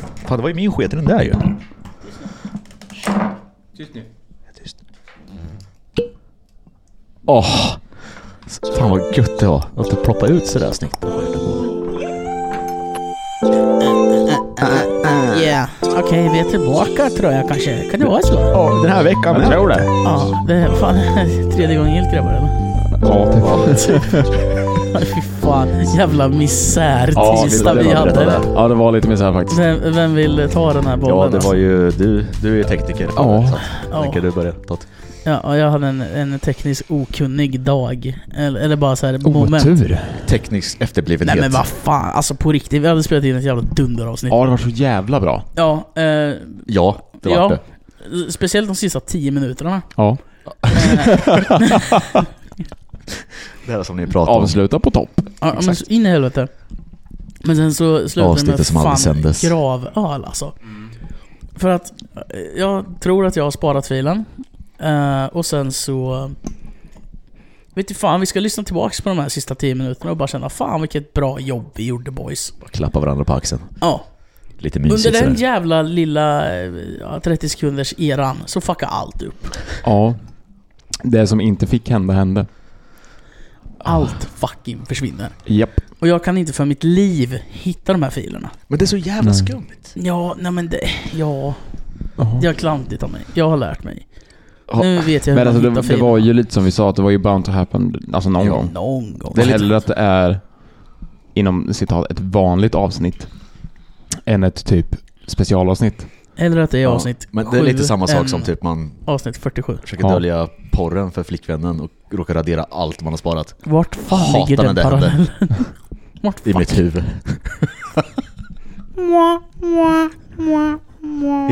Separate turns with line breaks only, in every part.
Fan, det var ju min sket i den där ju.
Tyst nu.
Tyst. Åh! Fan vad gött det var att det ploppade ut sådär snyggt.
Yeah. Okej, vi är tillbaka tror jag kanske. Kan det vara så?
Ja, den här veckan
Jag tror det.
Ja, det är fan tredje gången gillt grabbar eller?
Ja, det var
Ja, Fy fan, jävla misär
Ja,
tisdag vi
var det
hade.
där.
Ja, det var lite misär faktiskt.
Vem, vem vill ta den här bollen?
Ja, det var
alltså?
ju du. Du är ju tekniker.
Ja.
Så att,
Ja.
Tänker du börja. Tot.
ja, och jag hade en, en tekniskt okunnig dag. Eller, eller bara så här moment.
Otur.
Teknisk efterblivenhet.
Nej men vad fan, alltså på riktigt. Vi hade spelat in ett jävla dunderavsnitt.
Ja, det var så jävla bra.
Ja, eh,
Ja, det var
ja
det.
speciellt de sista tio minuterna.
Ja.
Det här som ni pratade om.
Avsluta på topp.
Ja, men
Exakt.
så in i helvete. Men sen så slutade det
Avsnittet
med
som aldrig
fan
sändes.
gravöl alltså. För att eh, jag tror att jag har sparat filen. Eh, och sen så... Vet du fan, vi ska lyssna tillbaks på de här sista 10 minuterna och bara känna fan vilket bra jobb vi gjorde boys.
Klappa varandra på axeln.
Ja.
Lite
Under
mysigt
den
sådär.
jävla lilla eh, ja, 30 sekunders eran så fuckade allt upp.
Ja. Det som inte fick hända hände.
Allt fucking försvinner.
Japp.
Och jag kan inte för mitt liv hitta de här filerna.
Men det är så jävla skumt.
Ja, nej men det... Ja... Det är klantigt av mig. Jag har lärt mig. Nu vet jag hur
Men
man
alltså,
hittar
det, det
filen.
var ju lite som vi sa, att det var ju bound to happen, alltså någon gång.
Någon gång.
Det är hellre att det är, inom citat, ett vanligt avsnitt. Än ett typ specialavsnitt.
Eller att det är avsnitt
Men det är lite
sju Mm.
samma sak
än
som typ man
Avsnitt 47.
försöker
Ja.
dölja porren för flickvännen och råkar radera allt man har sparat.
Vart fan
Hatar
ligger
när
den
det händer.
parallellen? Vart
I
fan?
mitt huvud.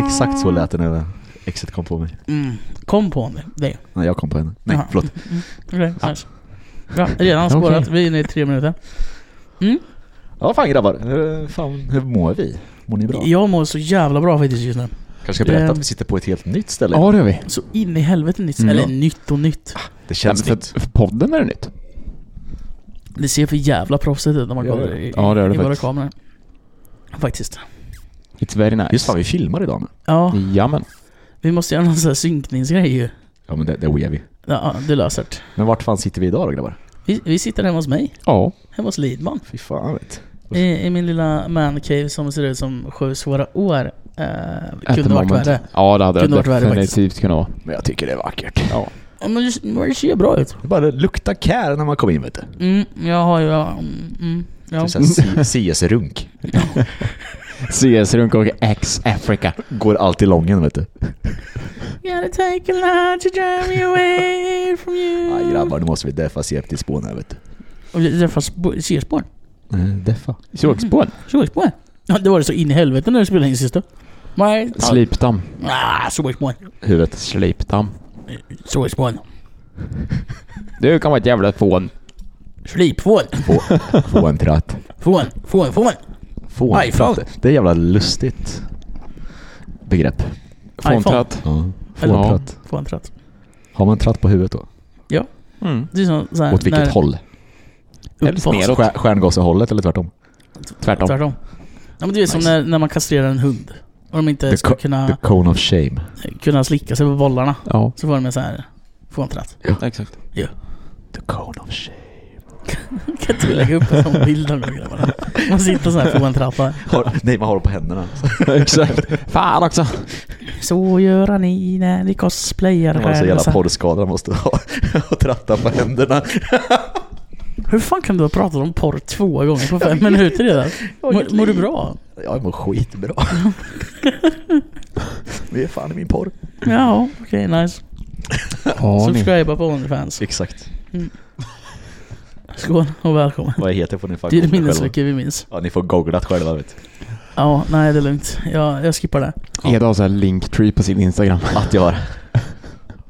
Exakt så lät det när exet kom på mig.
Mm. Kom på nu. Det.
Nej, jag kom på henne. Nej,
Jaha.
förlåt.
Okej, nice. Bra, redan spårat.
Okej.
Vi är inne i tre minuter.
Ja, fan grabbar. Hur, fan, hur mår vi? Mår ni bra?
Jag mår så jävla bra faktiskt just nu.
kanske ska berätta
Ehm.
att vi sitter på ett helt nytt ställe.
Ja, det gör vi.
Så in i helvete nytt.
Mm.
Eller nytt och nytt.
Det
Ja,
känns
men
nytt.
För, för podden är det nytt.
Det ser för jävla proffsigt ut när man
Ja,
kollar
det-
i,
ja, det gör det
i våra
faktiskt.
kameror. Faktiskt.
It's very nice.
Just fan, vi filmar idag nu.
Ja,
Jamen.
vi måste göra någon sån här synkningsgrej ju.
Ja, men det, det är vi.
Ja, du löser det.
Men vart fan sitter vi idag då grabbar?
Vi, vi sitter hemma hos mig.
Ja.
Hemma hos Lidman.
Fy fan vet.
I, I min lilla mancave som ser ut som sju svåra år. Eh,
at the
kunde varit
moment.
värre.
Ja, det hade
Kunde
det
varit värre
definitivt kunnat vara.
Men jag tycker det är vackert.
Ja.
Ja, men det, men det ser bra ut.
Det bara luktar kär när man kommer in vet du.
Mm, jag har ju... ja, Mm, mm, ja.
Det är såhär CS-runk.
CS-runk och X-Africa.
Går alltid lången vet
Mm.
du.
Gotta take a lot to drive me away from you.
Nej grabbar, nu måste vi deffa CF till Spån här vet du.
Och vi träffar sp- C-spår.
Deffa?
Sågspån.
Sågspår. Ja, det var det så in i helvete när du spelade in sist då. Nej.
Slipdamm.
Ah, sågspår.
Huvudet.
Slipdamm.
Sågspår.
Du kan vara ett jävla fån.
Slipfån.
Få en tratt.
Fån. Fån. Fån.
Få en
iPhone.
tratt. Det är jävla lustigt begrepp.
Fåntratt.
Ja. Få
Eller-
en tratt.
Fån tratt.
Har man tratt på huvudet då?
Mm.
Det är som så här,
Åt vilket
när-
håll?
Uppåt.
Eller neråt.
Stjär- Stjärngossehållet eller tvärtom?
Tvärtom.
Tvärtom. Ja, men det är som
Nice.
när, när man kastrerar en hund. Och de inte
The
ska
co- The
kunna,
cone of shame.
kunna slicka sig på bollarna.
Ja,
Så får de en sån här fåntratt.
exakt.
The cone of shame.
Kan inte vi lägga upp en sån bild av de grabbarna? Man sitter sån här fåntrappa.
Har, nej, man har det på händerna.
exakt. Fan också.
Så gör ni när ni cosplayar.
Man har så
här. Så
jävla
här.
porrskadad man måste ha. Och tratta på händerna.
Hur fan kan du ha pratat om porr två gånger på fem minuter redan? Mår, mår du bra?
Jag mår skitbra. Det är fan i min porr.
Ja, okej nice.
Ja, ni.
Subscriba på Onlyfans.
Exakt.
Skål och välkommen.
Vad jag heter får ni fan
Det är det
googla själva.
minneslucka vi minns.
Ja, ni får googlat själva vet du.
Ja, nej det är lugnt. Jag, jag skippar det.
Eda har såhär linktree på sin Instagram.
Att jag har.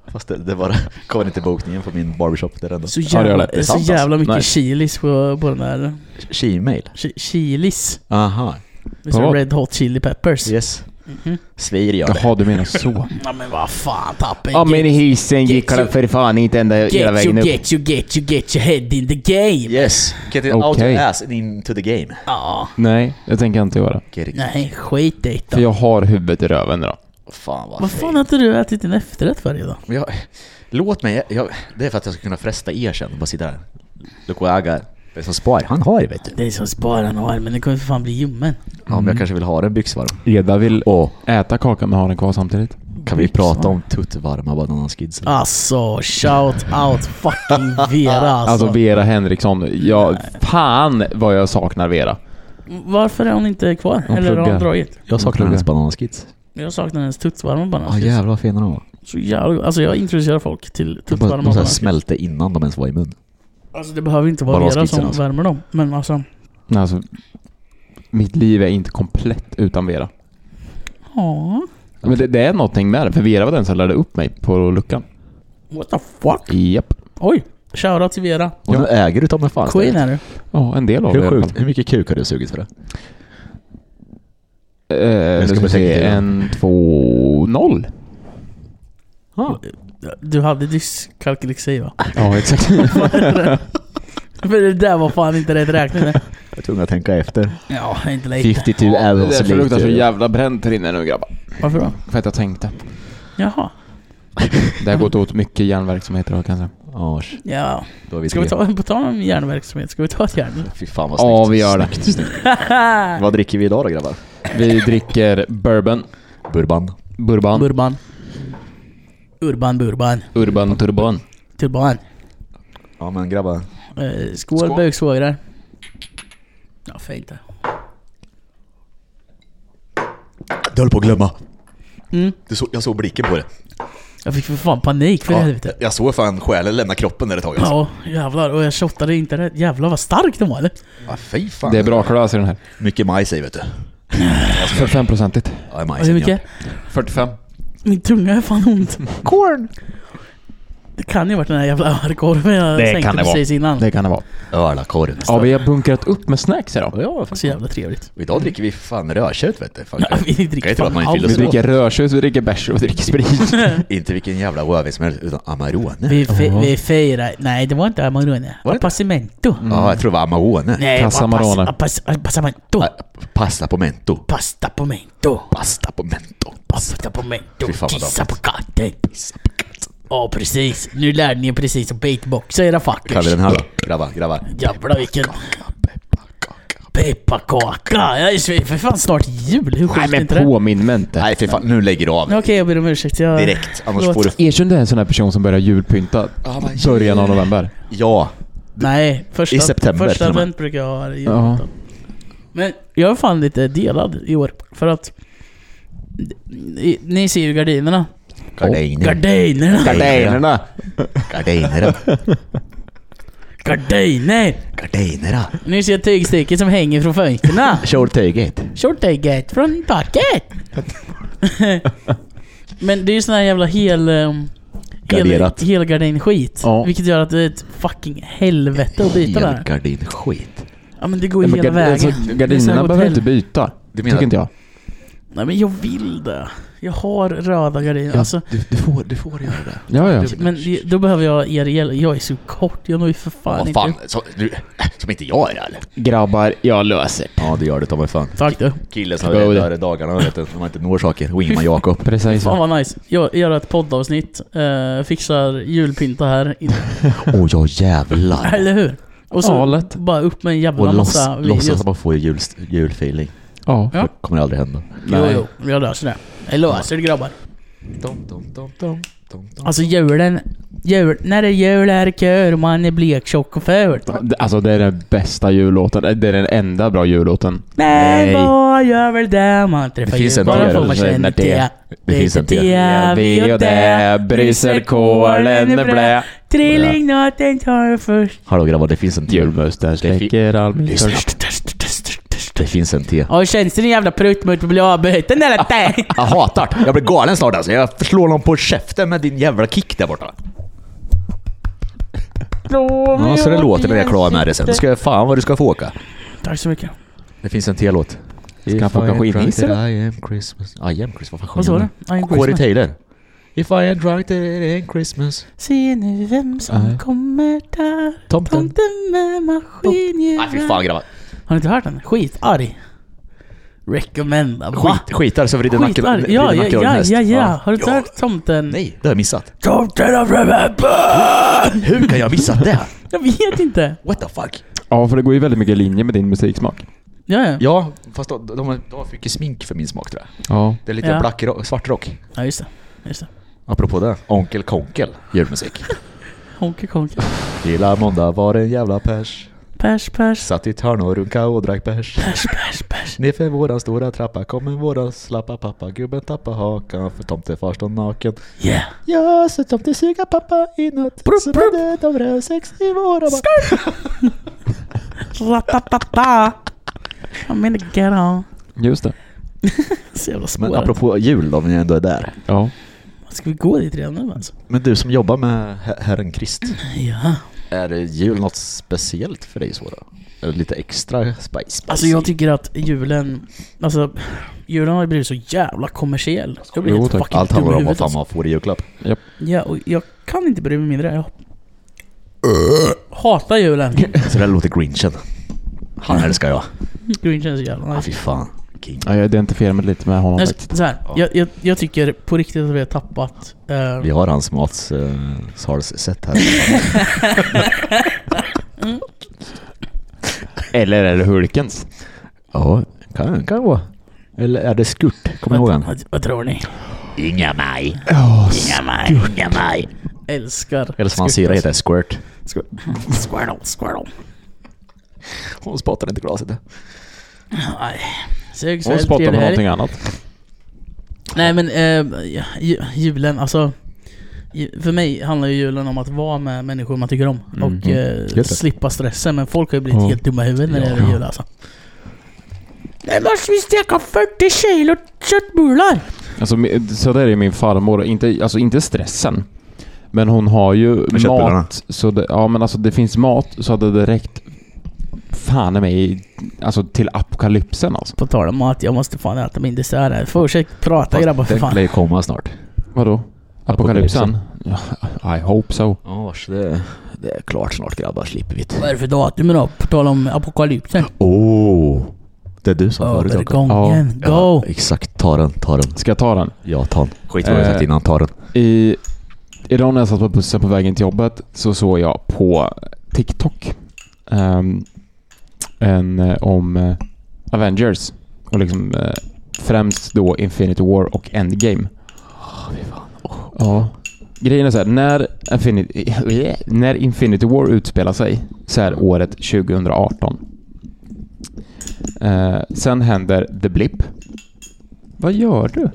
Fast det, det var, kommer inte bokningen på min barbershop där ändå.
Så
Ja, det gör
jävla,
det. Det är
så
sant, alltså.
jävla mycket
Nice.
chilis på, på den där.
She-mail.
Chi- Chilis.
Aha.
Det står
Vad?
Red Hot Chili Peppers.
Yes.
Mhm.
Svir gör det.
Jaha, du menar så.
Ja men vad fan Tapper.
Ja men i
get,
hissen gick
get
han
you-
för fan inte ända hela
get, you,
vägen upp.
get you, get you, get your head in the game.
Yes, get it out
Okej.
your ass and into the game.
Ja.
Nej, det tänker jag inte göra.
Get it.
Nej, skit dit
För
då.
jag har huvudet i röven idag.
Fan vad
Vad
fegt.
fan har inte du ätit din efterrätt varje dag?
Men jag, låt mig, jag, det är för att jag ska kunna fresta er sen och bara sitta där. Look what I got. Det är som spar, han har det vet du.
Det är som sparan har, men den kommer för fan bli ljummen.
Ja, men jag kanske vill ha den byxvarm.
Eda vill
Åh,
äta kakan men har den kvar samtidigt.
kan vi prata om tuttvarma bananskids?
Alltså, shout out fucking Vera alltså.
Alltså Vera Henriksson, ja fan vad jag saknar Vera.
Varför är hon inte kvar?
Hon
Eller har hon
pluggar.
dragit?
Jag saknar hennes bananskids.
Jag saknar hennes tuttvarma
Ja
bananer.
jävlar vad fina de var.
Så jävla Alltså jag introducerar folk
De,
till
bara,
tuttvarma
de så här
bananer.
smälte innan de ens var i mun.
Alltså det behöver inte vara Vera
Bananskitsen
som
alltså.
värmer dem. Men alltså,
Nej, Alltså, mitt liv är inte komplett utan Vera.
ja.
Men det, det är någonting med det, för Vera var den som lärde upp mig på luckan.
What the fuck?
Japp.
Oj! Shoutout till Vera.
Och
Ja.
nu äger du ta mig fan.
Queen är du.
Ja, en del av det i
Hur
alla
sjukt?
fall.
Hur mycket kuk har du sugit för det?
Eh, nu
ska
ska
bara
vi se,
tänka till.
en, två, noll.
Ja.
Du hade dyskalkylexi va?
Ja, exakt.
För det där var fan inte rätt räknat.
Jag är tvungen att tänka efter.
Ja, inte lite.
52 hours
därför luktar så
later.
jävla bränt här inne nu grabbar.
Varför då?
För att jag tänkte.
Jaha.
Det har gått åt mycket järnverksamhet idag kanske.
Ars,
Ja.
då är vi
Ska vi
tre.
ta, på tal om järnverksamhet, ska vi ta ett järn?
Fy fan vad snyggt.
Ja, vi gör det.
Vad dricker vi idag då grabbar?
Vi dricker bourbon,
Burban.
bourbon,
Burban. Urban, burban.
urban turban.
Turban.
Ja men grabbar.
Eh, skål,
Skål.
bögsvågrar. Ja, fint det.
Du höll på att glömma.
Mm.
Du så, jag såg blicken på det.
Jag fick för fan panik för
Ja,
helvete.
Jag såg fan själen lämna kroppen där ett tag. Alltså.
Ja, jävlar. Och jag shottade inte rätt. Jävlar vad stark den var eller?
Ja, fy fan.
Det är bra klös i den här.
Mycket majs i vet du.
45-procentigt.
Ja, det är majs
Och hur mycket?
45.
Min tunga är fan ont.
Corn!
Det kan ju varit den här jävla örkorven jag
Det
sänkte
kan det vara.
precis innan.
Det kan det vara.
Ölakorv.
Ja, vi har bunkrat upp med snacks idag.
Ja,
Så jävla trevligt.
Och idag dricker vi fan rödkött vet du. Fan,
Ja, vi dricker
kan ju inte vara att man
fan
är
Vi
allt.
filosof.
dricker rödtjut, vi dricker bärs och vi dricker sprit.
Inte vilken jävla rödvin som helst, utan Amarone.
Vi, fe-
Ja.
vi firar... Nej, det var inte Amarone.
Var det inte? Mm.
Appassimento.
Ja, jag tror det var Amarone.
Nej, ah,
Passamarone.
appass- appass- Appassamento.
Ah, Pasta på mento.
Pasta på mento.
Pasta på mento.
Pasta på mento.
Fy fan vad
Kissa på
dammigt.
katten. Ja, precis. Nu lärde ni er precis att beatboxa era
Kan vi
fuckers.
den här då? Grabbar, grabbar.
Jävlar vilken
Kaka, pepparkaka.
pepparkaka. Jag är svin- för fan snart jul. Hur
Nej
sjukt är
men
inte det?
påminn mig inte.
Nej fy fan, nu lägger du av.
Okej, jag ber om ursäkt. Jag...
Direkt, annars
Förlåt.
får du...
Erkänn du är en sån här person som börjar julpynta
Ja, men-
början av november.
Ja.
Nej, första,
I september
första
till och med.
advent brukar jag ha det i
Ja.
julafton. Men jag är fan lite delad i år. För att... Ni, ni ser ju gardinerna.
Gardiner.
Gardinerna!
Gardinerna. Gardinerna.
Gardiner!
Gardinerna.
Ni ser tygstycket som hänger från fönstren.
Kjoltyget.
Shorttyget från taket! Men det är ju sån här jävla hel... ehm, hel
Garderat.
helgardin-skit.
Ja.
Vilket gör att det är ett fucking helvete att byta där.
Helgardinskit.
Ja men det går
Nej,
ju
men
hela
gard- alltså,
vägen. Det är så här
Gardinerna behöver
hotell.
inte byta.
Du menar-
Tycker inte jag.
Nej men jag vill det. Jag har röda gardiner.
Ja.
Alltså,
Du, du, får, du får göra det.
Ja, ja.
men då behöver jag er hjälp. Jag är så kort. Jag når ju för fan
Vad
inte
fan,
upp.
så, du, som inte jag är eller?
Grabbar, jag löser
Ja, du gör det ta mig fan.
Tack du.
Killen som
Jo, det-
räddar dagarna vet du, när man inte når saker. Och Ingemar Jakob.
Precis.
Fan vad nice. Jag gör ett poddavsnitt. Eh, fixar julpynta här. In-
Åh ja jävlar.
Eller hur? Och så
Ja, lätt.
bara upp med en jävla
Och loss,
massa
låtsas
videos.
att man får jul, julfeeling.
Ja.
Ja.
Det kommer aldrig hända.
Jo,
Nej.
jo. Jag löser det. Jag löser det grabbar.
Dom, dom, dom, dom, dom, dom.
Alltså julen. Jul, när det är jul är det kör och man är blek, tjock och ful.
Alltså det är den bästa jullåten. Det är den enda bra jullåten.
Men
Nej.
vad gör väl det man träffar
Det finns en
jul? Bara
del
för att man
som
känner
känner
det.
det.
Det finns en till.
Ja, vi och det. Brysselkålen är blä. Trillingnöten tar först.
Hallå grabbar, det finns en till.
Julmusten släcker all min
Lyssna.
törst.
Det finns en till.
Ja, hur känns det din jävla pruttmutt att bli avbruten eller? Nej.
Jag hatar det. Jag blir galen snart alltså. Jag slår någon på käften med din jävla kick där borta. Ja, så det låter när jag är klar med det sen. Då ska jag fan vad du ska få åka.
Tack så mycket.
Det finns en till låt.
Ska han få åka skidhiss eller?
I am Christmas. I am Christmas, vad fan
Vad sa du?
sjunger
I'm
han? Corey
Christmas.
Taylor. If I am drunk it ain't Christmas.
Se nu vem som
Nej.
kommer där.
Tomten.
Tomten med
Nej fy fan
maskingevär.
grabbar.
Har ni inte hört den? Skitarg. Recommenda. Va?
Skit, skitar så vrider nacken
Skitarg.
vrider
Ja, ja,
nacken av en
ja,
häst.
ja, ja. Har du inte
Ja.
hört tomten?
Nej, det har jag missat.
Tomten av Remember!
Hur kan jag ha missat det?
Jag vet inte.
What the fuck?
Ja, för det går ju väldigt mycket i linje med din musiksmak.
Ja, ja.
Ja, fast de, de, de har för mycket smink för min smak tror jag.
Ja.
Det är lite
Ja.
black rock, svart rock.
Ja, just det. Just det.
Apropå det. Onkel Konkel julmusik.
Honky konk.
Gilla måndag var en jävla pers.
Pers, pers.
Satt i ett hörn och runka och drack bärs.
Pers, pers, pers.
Nerför våran stora trappa kommer våran slappa pappa. Gubben tappa hakan för tomtefar står naken.
Yeah.
Ja, så tomte suga pappa inåt.
Brup,
Så
brup.
blev de rövsex i våra barn.
Ratapapa. I'm in the ghetto.
Just det.
Så jävla
Men
spårat.
apropå jul då, om jag ändå är där.
Ja.
Ska vi gå dit redan nu alltså?
Men du som jobbar med Her- Herren Krist.
Ja.
Är jul något speciellt för dig så då? Eller lite extra spice?
Alltså jag tycker att julen, alltså julen har ju blivit så jävla kommersiell. Jag blir
Jo,
helt
tack.
fucking
Allt
dum i
handlar om vad
huvudet,
fan
alltså.
man får i julklapp.
Ja, och jag kan inte bry mig mindre. Jag hatar julen.
Så där låter Grinchen. Han älskar jag.
Grinchen känns så jävla
Ah,
nice.
fy fan. King.
ja jag identifierar mig lite med honom
Jag,
faktiskt.
så här,
Ja.
jag, jag, jag tycker på riktigt att vi har tappat... eh,
Vi har hans Mats uh, Sars set här.
Eller är det Hulkens?
ja, kan, kan vara. Eller är det Skurt? Kommer du ihåg
vad,
han?
vad, vad tror ni?
Inga mig.
Ja,
Inga mig. Inga mig. Älskar.
Eller som hans syrra heter, Squirt.
Squirtle, squirtle.
Hon spottar inte glaset.
Nej.
hon
Sexuellt
spottar på
trevlig helg.
någonting annat.
Nej men eh, ja, ju- julen, alltså ju- för mig handlar ju julen om att vara med människor man tycker om
Mm,
och
Mhm.
eh,
det.
slippa stressen. Men folk har ju blivit
Ja.
helt dumma i huvudet när det
Ja.
gäller jul alltså. Nu måste vi steka 40 kilo köttbullar!
Alltså, mi- så där är min farmor. Inte, alltså inte stressen. Men hon har ju
köttbullarna.
mat. Så det, ja, men alltså det finns mat så hade det räckt fan i mig alltså, till apokalypsen alltså.
På tal om mat, jag måste fan äta min dessert här. Fortsätt prata grabbar för
Den
fan.
lär ju komma snart.
Vadå? Apokalypsen? Ja, I hope so.
Ja, vars, det, det är klart snart grabbar. Slipper vi
Vad är
det.
det för datum idag? På tal om apokalypsen.
Åh! Det är du som förut Jakob.
Övergången,
Ja,
go!
exakt. Ta den, ta den.
Ska jag ta den?
Ja, ta den. Skit vad jag
Eh.
sagt innan, ta den.
I, idag när jag satt på bussen på vägen till jobbet så såg jag på TikTok ehm, en eh, om eh, Avengers och liksom eh, främst då Infinity War och Endgame. Ja. Grejen är så här, när Infinity, när Infinity War utspelar sig så är året 2018. Eh, sen händer The Blip. Vad gör du?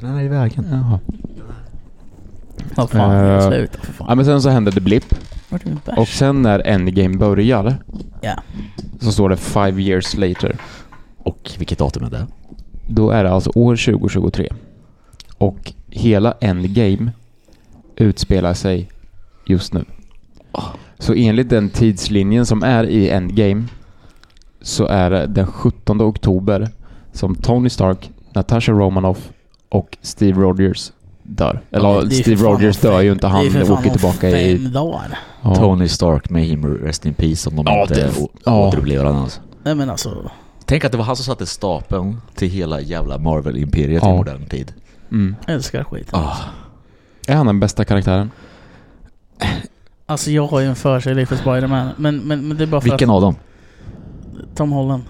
Den här är i vägen.
Jaha.
Vad fan,
Eh,
sluta för
Ja,
fan.
men sen så händer The Blip.
Vart är min
Och
bärs?
sen när Endgame börjar
Ja.
så står det Five years later.
Och vilket datum är det?
Då är det alltså år 2023. Och hela Endgame utspelar sig just nu. Så enligt den tidslinjen som är i Endgame så är det den 17 oktober som Tony Stark, Natasha Romanoff och Steve Rogers dör.
Ja,
Eller
men det är ju
Steve
för fan
Rogers
om
dör ju
fem-
inte,
det
han
är för fan
åker
om
tillbaka i...
Fem dagar.
Ja.
Tony Stark med him Rest In Peace om de
Ja,
inte
det-
å-
ja.
återupplivar den alltså.
Nej men alltså.
Tänk att det var han som satte stapeln till hela jävla Marvel-imperiet i
Ja.
modern tid.
Mm.
Jag älskar skiten.
Ah,
Är han den bästa karaktären?
Alltså jag har ju en förkärlek för Spider-Man. Men, men, men det är bara för
vilken av dem?
att Tom Holland.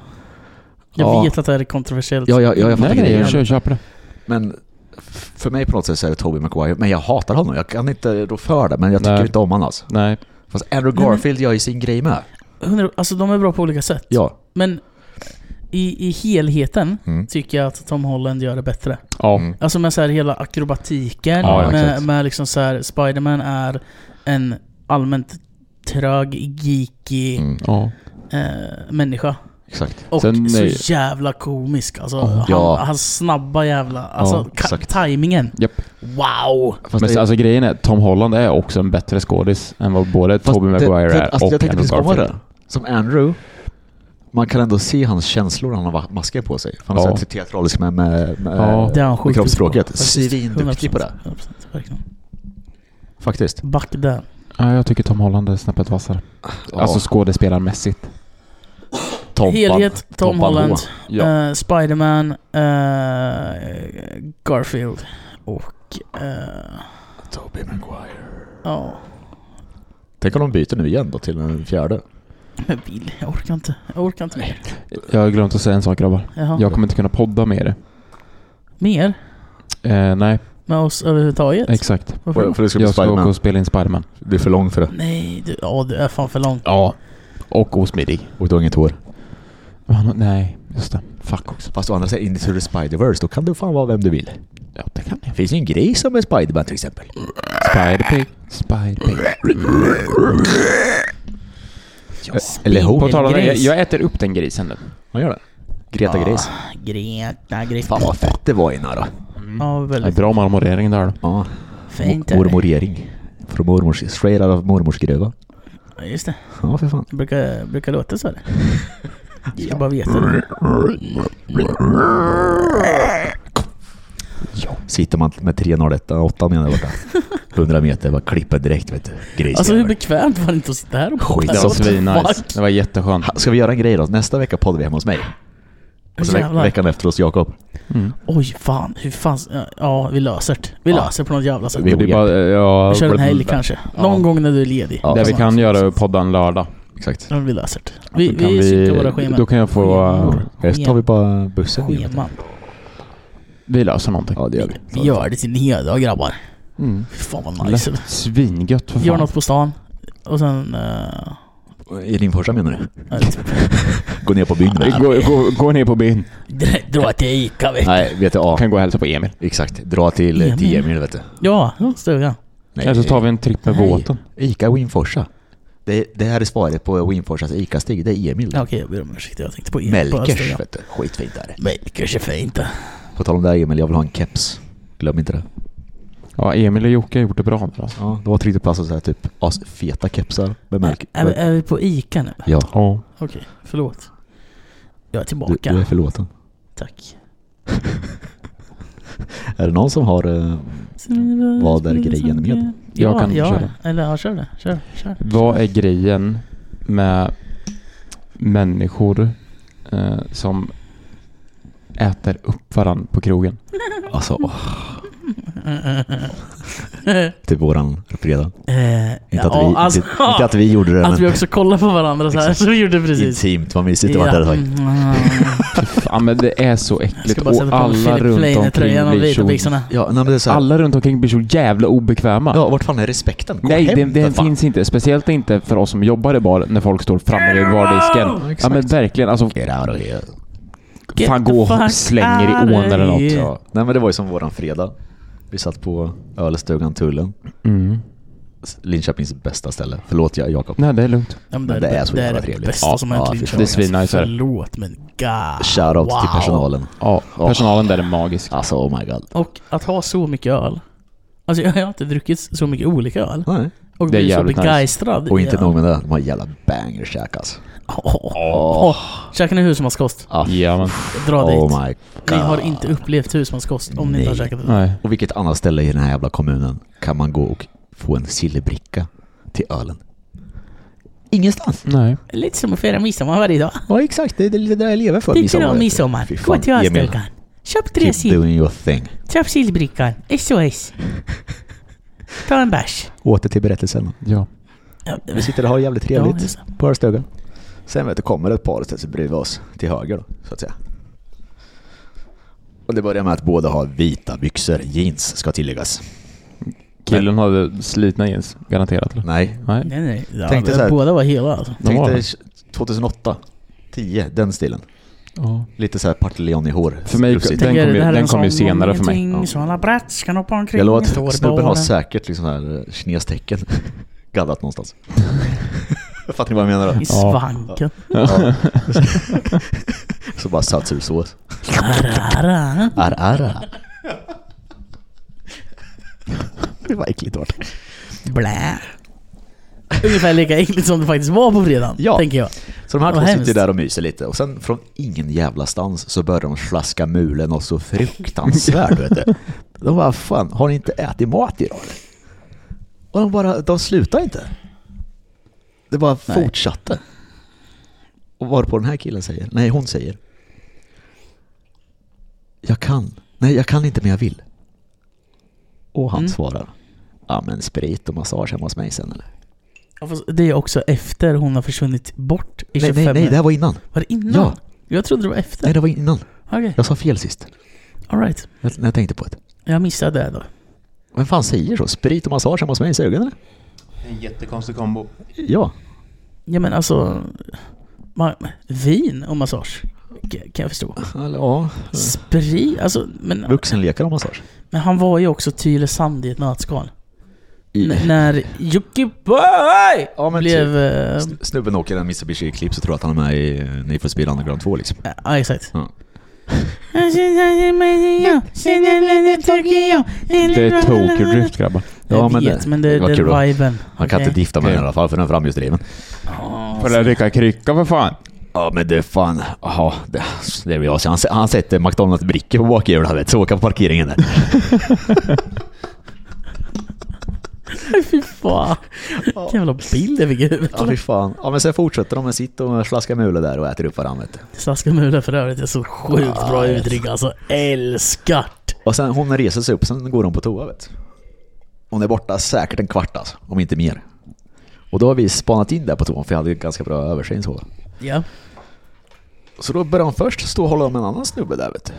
Jag
Ja.
vet att det här är kontroversiellt.
Ja, ja, ja, jag fattar
Nej, nej,
grejen.
jag kö- köper det.
Men f- för mig på något sätt så är det Tobey Maguire. Men jag hatar honom. Jag kan inte rå för det, men jag tycker
Nej.
inte om honom alltså.
Nej.
Fast Andrew
Nej, men-
Garfield gör ju sin grej med.
Hundra- Alltså de är bra på olika sätt.
Ja.
Men i, i helheten
Mm.
tycker jag att Tom Holland gör det bättre.
Ja.
Mm.
Alltså med så här hela akrobatiken.
Ja, ja,
med,
exakt.
med liksom så här, Spider-Man är en allmänt trög, geekig
Mm.
Ja.
eh, människa.
Exakt.
Och
Sen
så
är-
jävla komisk alltså. han,
Ja.
hans snabba jävla... Alltså ja,
exakt.
tajmingen.
Japp.
Wow!
Fast
Men
det-
alltså grejen är, Tom Holland är också en bättre skådis än vad både
fast
Tobey
det-
Maguire
det-
är
alltså,
och
Jag tänkte
Andrew
precis komma
Garfield.
där. Som Andrew
Man kan ändå se hans känslor när han har masker på sig. Han är
Ja.
ja. så teatralisk med, med, med,
Ja.
Det är han
med
sjukt
kroppsspråket.
duktig på, faktiskt.
Svinduktig på det,
100%, 100%, verkligen.
faktiskt.
Back där.
Ja, jag tycker Tom Holland är snäppet vassare. Alltså skådespelarmässigt.
Tompan.
Helhet, Tom
Tompan
Holland,
H.
eh, Spiderman, eh, Garfield och... eh,
Tobey Maguire.
Ja,
Tänk om de byter nu igen då till en fjärde.
men Bill, jag orkar inte. Jag orkar inte mer.
Jag har glömt att säga en sak grabbar.
Jaha.
Jag kommer inte kunna podda med er.
Mer?
Eh, nej,
Med oss överhuvudtaget?
exakt.
Varför då?
För det ska bli
Jag ska åka
Spiderman.
och spela in Spiderman.
Det är för lång för det.
Nej, du, ja, du är fan för lång.
Ja. Och osmidig.
Och du har inget hår.
Han- Nej, just det. Fuck också.
Fast å andra sidan, Into the Spider-Verse, då kan du fan vara vem du vill.
Ja, det kan jag.
Det finns ju en grej som är Spiderman till exempel.
Spiderpig. Spiderpig.
Eller hon.
eh, På tal om det, jag,
Gris.
jag äter upp den grisen nu.
Man gör det. Greta
Ah,
Gris.
Greta Gris.
Fan vad fett det var innan då.
Ja,
Det är
väldigt
bra marmorering där då.
Ja.
fint. är det.
Mormorering. Från mormors, straight out of mormors gruva.
Ja, Just det.
Ja, för fan.
Det brukar, brukar låta så. Eller? Jag ska bara veta det.
Sitter man med 301, 8 menar jag borta. 100 meter, bara klipper direkt vet du. Gris.
Alltså hur bekvämt var det inte att sitta här och
Skit,
Det
Alltså,
var
what the
svinnice. Det var jätteskönt.
Ha, Ska vi göra en grej då? Nästa vecka poddar vi hemma hos mig. Och så veck-
Jävlar.
veckan efter hos Jakob.
Mm.
Oj, fan. Hur fan... Ja, vi löser det. Vi
Ja.
löser det på något jävla sätt.
Vi-
Vi
Det är bara, eh, ja,
kör en helg kanske. Någon gång när du är ledig.
Ja.
Det vi kan göra är att podda en lördag.
Exakt.
Ja, Vi löser det. Vi,
Då kan
vi, synkar våra scheman.
Då kan jag få...
Scheman.
Resten tar vi bara bussen.
Scheman.
Vi löser någonting.
Ja, det gör vi.
Vi gör det till en heldag grabbar.
Mm.
Fy fan vad nice.
Lätt. Svingött för
Gör
fan.
något på stan. Och sen... eh,
I din första menar du?
ja, typ,
Gå ner på byn med
Gå, gå, gå ner på byn.
dra- Dra till Ica vet du.
Nej, vet du, ja.
Kan gå och hälsa på Emil.
Exakt. Dra till
Emil.
eh, 10 mil vet du.
Ja, ja, stugan.
Nej.
Eller så tar vi en tripp med
Nej.
båten.
Ica Winforsa. Det, det här är svaret på Winforsas Ica-stig. Det är Emil.
Ja, Okej, jag ber om ursäkt. Jag tänkte på Ica.
Melkers, vet du. Skitfint där.
Melkers är fint det.
På tal om det här, Emil, jag vill ha en keps. Glöm inte det.
Ja, Emil och Jocke har gjort det bra nu alltså.
Ja, det var tryckt på alltså så här typ asfeta kepsar med märk.
Är, vi- är vi på Ica nu?
Ja,
Ja.
Okej, förlåt. Jag är
du,
tillbaka.
du är förlåten.
Tack.
Är det någon som har... eh, Vad är grejen med?
Jag
ja,
kan
ja.
köra.
Eller ja, kör det. Kör, kör.
Vad är grejen med människor eh, som äter upp varandra på krogen?
Alltså, åh, typ våran fredag.
Eh,
Inte att,
ja,
vi,
alltså,
inte, inte att vi gjorde det,
att vi
men
också kollar på varandra så här,
Exakt.
så vi gjorde precis. Mm,
intimt vad mysigt det var. där ett tag.
Fy fan, men det är så
Jag
äckligt.
ska bara sätta
Och
på mig
alla
Philip
runt omkring
Plainer-tröjan och
blir
vita
så...
byxorna.
Ja, nej, men det är så här,
Alla runt omkring blir så jävla obekväma.
ja, vart fan är respekten? Gå
Nej,
hem,
den,
för
den
fan.
finns inte. Speciellt inte för oss som jobbar i bar när folk står framme vid
Ja,
bardisken. Ja
exakt.
men verkligen. Alltså,
Get out of here.
Get
fan
the
gå
fuck
och släng er
out
i
of
ån eller något.
here.
Ja.
Nej, men det var ju som våran fredag. Vi satt på ölstugan Tullen.
Mm.
Linköpings bästa ställe. Förlåt jag, Jakob.
Nej, det är lugnt.
Ja, men
Men det är så
det,
jävla
är det
trevligt.
bästa
Ja,
som hänt
ja,
i Linköping.
det är svinnice här.
Förlåt men god.
Shoutout till
wow.
personalen.
Ja,
Ja.
personalen där är magisk.
Alltså oh my god.
Och att ha så mycket öl. Alltså jag har inte druckit så mycket olika öl.
Nej.
Och
Det är
blir så
jävligt nice.
begeistrad.
Och inte
igen.
nog med det, de har jävla bangers käk alltså.
Åh, åh, åh. Käkar ni husmanskost?
Ah,
Ja, men,
Dra dit.
oh my
Ni har
god.
inte upplevt husmanskost om ni inte har
Nej.
käkat det.
nej.
Och vilket annat ställe i den här jävla kommunen kan man gå och få en silverbricka till ölen? Ingenstans.
nej.
Lite som att fira midsommar varje dag.
Ja exakt, det är lite det jag lever för.
Tycker du om midsommar?
Fy fan,
Gå till
Emil.
ölstugan. Köp tre
Keep
sill.
doing your thing.
Köp sillbrickan. SOS. Ta en bärs.
Åter till berättelsen.
Ja.
Ja,
Vi sitter och har jävligt
Ja,
trevligt
just
på Örstugan. Sen vet du, kommer det ett par och ställer sig bredvid oss till höger då, så att säga. Och det börjar med att båda har vita byxor, jeans ska tilläggas.
Killen hade slitna jeans, garanterat. eller?
Nej,
Nej.
Nej, nej. Ja,
Tänkte
men
så här-
Båda var hela alltså.
De var
Tänk dig
det.
2008, 10, den stilen.
Ja.
Lite så här Partille i hår.
För mig-
Rufsigt.
Den
Tänker,
kom ju-
det här är
den
en
kom ju
sån
senare
om
för mig.
ingenting,
Ja.
Så alla brats kan hoppa omkring.
Jag lovar
står
att snubben har
bara.
säkert liksom så här eh, kinestecken gaddat någonstans. Fattar ni vad jag menar då?
I
Ja.
svanken.
Ja. så bara satsursås.
Arara.
Ar, ar, ar. Det var äckligt vart.
Blä. ungefär lika äckligt som det faktiskt var på fredagen.
Ja.
Tänker jag.
Så de här
Vad
två sitter
hemskt.
där och myser lite och sen från ingen jävla stans så börjar de slaska mulen och så fruktansvärt vet du. De bara fan, har ni inte ätit mat idag eller? Och de bara, de slutar inte. Det bara
Nej.
fortsatte. Och varpå den här killen säger, nej hon säger. Jag kan, nej jag kan inte men jag vill. Och han
Mm.
svarar. Ja men sprit och massage hemma hos mig sen eller?
Ja, fast Det är också efter hon har försvunnit bort i 25
Nej, nej, nej, det här var innan.
Var det innan?
Ja.
Jag trodde det var
Nej
efter.
det var innan.
Okej,
Jag sa fel sist.
alright.
Jag, när jag tänkte på det.
Jag missade det då.
Vem fan säger så? Sprit och massage hemma hos mig i sugen eller?
En jättekonstig kombo.
Ja.
Ja men alltså... Man, vin och massage. K- Kan jag förstå.
Eller, ja.
Sprit? Alltså, men,
Vuxenlekar och massage.
men han var ju också Tylösand i ett nötskal.
I-
N- när Jockiboi
Ja, men typ.
blev... eh,
S- Snubben åker en Mitsubishi Eclipse och tror att han är med i eh, Need for Speed Underground 2 liksom.
eh, Ja, exakt.
Ja.
Det är tokerdrift grabbar.
Ja,
Jag
men
vet,
det-
men det,
det var
det
kul då.
är viben.
Han kan
Okej.
inte difta med den i
Okej.
alla fall för den är framhjulsdriven.
Ja,
Får jag rycka krycka för fan?
Ja men det är fan, jaha, det, det vill jag säga. Han, s- han sätter McDonalds-brickor på bakhjulen han vet, så åker han på parkeringen där.
Fy fan. Vilken jävla bild jag fick i huvudet.
Ja fy fan. Ja men sen fortsätter de med sitt och slaskar mule där och äter upp varandra vet du.
Slaska mula för övrigt är så sjukt bra uttryck alltså. Älskart!
Och sen hon reser sig upp, sen går hon på toa vet du. Hon är borta säkert en kvart alltså, om inte mer. Och då har vi spanat in där på toan för jag hade ganska bra översyn så.
Ja.
Så då började hon först stå och hålla om en annan snubbe där vet du.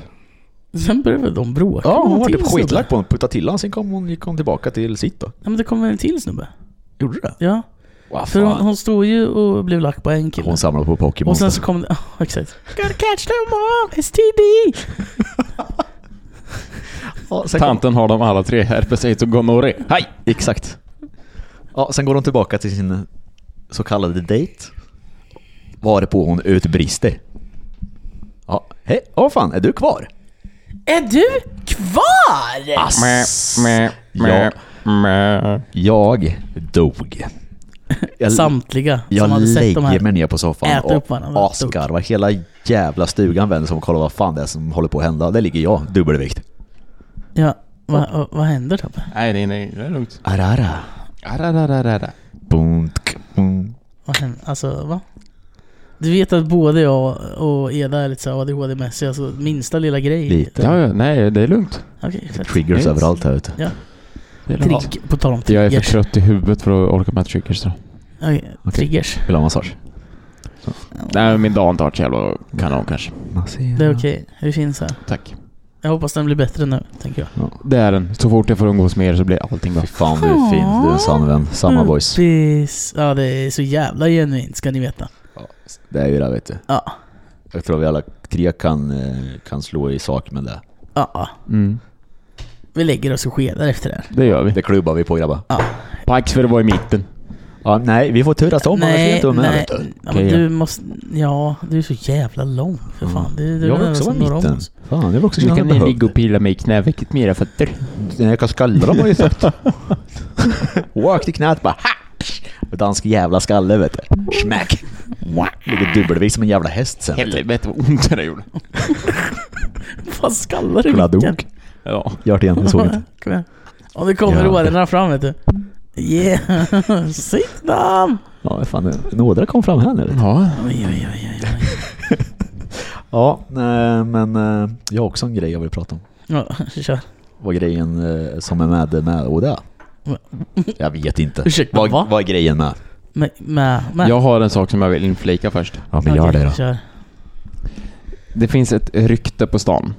Sen började väl de bråka
Ja,
om
hon
en
var
till
typ
snubbe.
skitlack på honom, puttade till honom, sen kom hon, gick hon tillbaka till sitt då.
Ja men det kom väl en till snubbe?
Gjorde du det?
Ja.
Wow,
För hon, hon stod ju och blev lack på en kille.
hon samlade på Pokémon.
och sen så kom det... Ja, exakt. Gotta catch them all! STD!
ja, sen kom,
Tanten har dem alla tre. Herpes, aids och gonorré. Hej!
exakt. Ja, sen går hon tillbaka till sin så kallade dejt. Varpå hon utbrister. Ja, hej, åh fan, är du kvar?
Är du kvar?
Alltså,
Mä, mä, mä, mä.
Jag dog. Jag,
Samtliga
jag
som hade sett de här.
lägger mig ner på soffan
äta upp varandra.
och asgarvar. Hela jävla stugan vänder sig om och kollar vad fan det är som håller på att hända. Där ligger jag, dubbelvikt.
Ja, vad va, vad händer Tobbe?
Nej, nej, nej. Det är lugnt.
Arara.
Ararararara.
Buntk, bun.
Vad händer? Alltså, va? Du vet att både jag och Eda är lite så här ADHD-mässiga, alltså minsta lilla grej.
Lite.
Ja, ja, nej, det är lugnt.
Okej, fett.
Triggers
Yes.
överallt här ute.
Det är lugnt.
Trigg, på tal om
Jag är för
triggers.
trött i huvudet för att orka med triggers tror jag.
Okej, Triggers.
Vill du ha massage?
Nej, min dag har inte varit så jävla kanon kanske.
Det är okej, vi finns här.
Tack.
Jag hoppas den blir bättre nu, tänker jag.
Det är den. Så fort jag får umgås med er så blir allting bra.
Fy fan du är fin, du är en sann vän.
Mm.
Samma voice.
Kompis. Ja, det är så jävla genuint ska ni veta.
Det är ju det vet du.
Ja,
Jag tror vi alla tre kan, eh, kan slå i sak med det.
ja, ja.
Mm,
Vi lägger oss och skedar efter det här.
det gör vi.
Det klubbar vi på grabbar.
Pax för det var i mitten.
Ja, nej, vi får turas om annars är inte du med.
nej.
vet du.
Ja,
Okej,
men
ja.
du måste... Ja, du är så jävla lång för fan. Du, du
Jag
är
vill också
som
vara i
några om
mitten.
oss.
Fan, det var också känna behövd.
och pilla mig i knävecket med era fötter.
Nej, jag kan skalla dem har ju sagt. Walk till knät bara. Ha! Dansk jävla skalle vet du. Smack. Whack. Ligger dubbelvikt som en jävla häst sen. vet du.
Helvete vad ont det där gjorde.
Vad skallar du
Kladok.
Ja.
Gör det igen, jag såg inte.
Kom igen. Och nu kommer
Ja.
årorna fram vet du. Yeah! Sitt namn!
Ja, fan, några kom fram här nu. vet du.
Ja.
Oj, oj, oj, oj, oj.
Ja, nej, men eh, jag har också en grej jag vill prata om.
Ja, kör.
Vad grejen eh, som är med, med och det? Jag vet inte.
Ursäkta,
vad,
va?
vad är grejen med?
Med, med, med.
Jag har en sak som jag vill inflika först.
Ja,
Okej, Kör.
Det finns ett rykte på stan.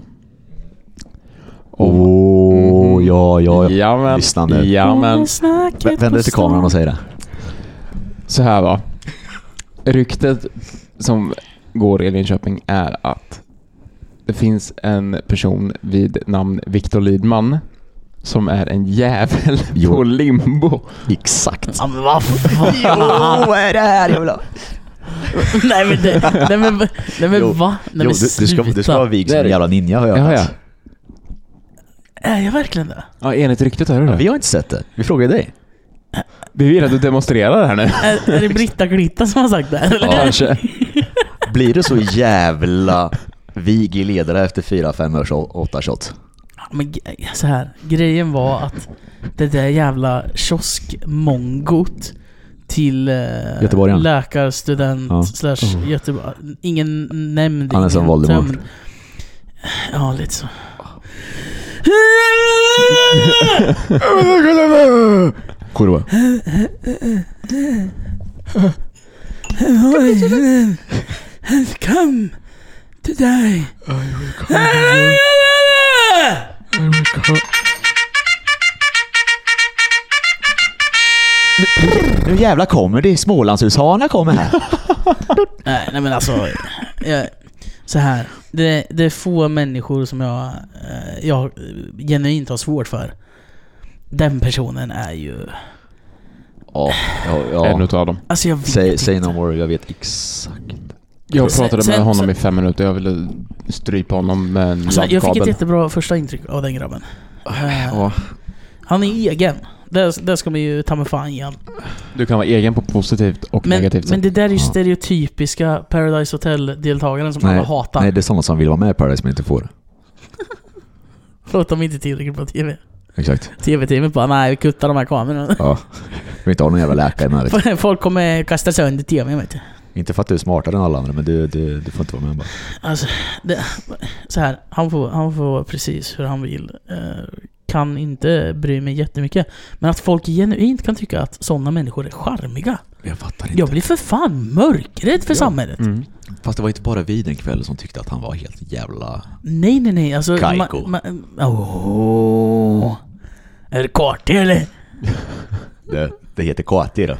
Åh,
Mhm.
ja, Mm-hmm. ja, ja.
Jajamän.
Lyssna nu.
Jajamän.
Snacket
Vänd
på
dig till
stan.
kameran och säg det.
Så här va. Ryktet som går i Linköping är att det finns en person vid namn Viktor Lidman som är en jävel
Jo.
på limbo.
Exakt.
Ja men vad fan?
vad är det här jag vill ha?
nej men det, nej men, nej men
Jo,
va? Nej
Jo,
men
du, du, ska, du ska vara vigd som
Det är
en
det.
jävla ninja har jag
Ja, alltså.
hört.
ja.
Är jag verkligen det?
ja enligt ryktet är det
Vi
det.
har inte sett det. Vi frågar dig.
Vi vill att du demonstrerar det här nu.
Är, är det Britta Glitta som har sagt det? här, Eller?
Kanske.
Blir det så jävla vig i ledare efter fyra, fem örs och åtta shots?
Ja, Men ge- så här, grejen var att det där jävla kioskmongot till eh,
Göteborgaren.
läkarstudent
Ja.
slash Göteborg. Ingen nämnd,
Han är som
ingen
Voldemort.
tömd. Ja, lite så.
Kurva.
Come to die.
Nu jävla kommer det. Smålandshushana kommer här.
Nej, nej men alltså. Jag, så här. Det, det är få människor som jag, eh, jag genuint har svårt för. Den personen är ju...
Ja, ja,
En
ja.
utav dem.
Alltså jag vet
Say,
inte.
say no more, jag vet exakt.
Jag
Sen-
pratade
sen-
med honom
sen-
i fem minuter. Jag ville strypa honom med en
Alltså, jag fick ett
laddkabel.
jättebra första intryck av den grabben.
Äh,
Eh, Han är egen. Det, det ska man ju ta mig fan igen.
Du kan vara egen på positivt och
Men,
negativt
men
sätt.
det där är ju
Ja.
stereotypiska Paradise Hotel-deltagaren som alla hatar.
nej, det är sådana som vill vara med i Paradise men inte får.
För att de inte är tillräckligt på TV.
Exakt.
TV-teamet bara nej, vi kuttar de här kamerorna.
Ja. Vill inte ha någon jävla läkare i närheten.
Folk kommer kasta sönder TVn vet du.
Inte för att du är smartare än alla andra, men du, du, du får inte vara med bara.
Alltså, det, så här, han får, han får vara precis hur han vill. Eh, kan inte bry mig jättemycket. Men att folk genuint kan tycka att sådana människor är charmiga.
Jag fattar
Jag blir för fan mörkrädd för
Ja.
samhället.
Mm.
Fast det var inte bara vi den kvällen som tyckte att han var helt jävla...
Nej, nej, nej. Alltså,
Kaiko.
ma- ma- åh. Är det karti eller?
Det, det heter KT då.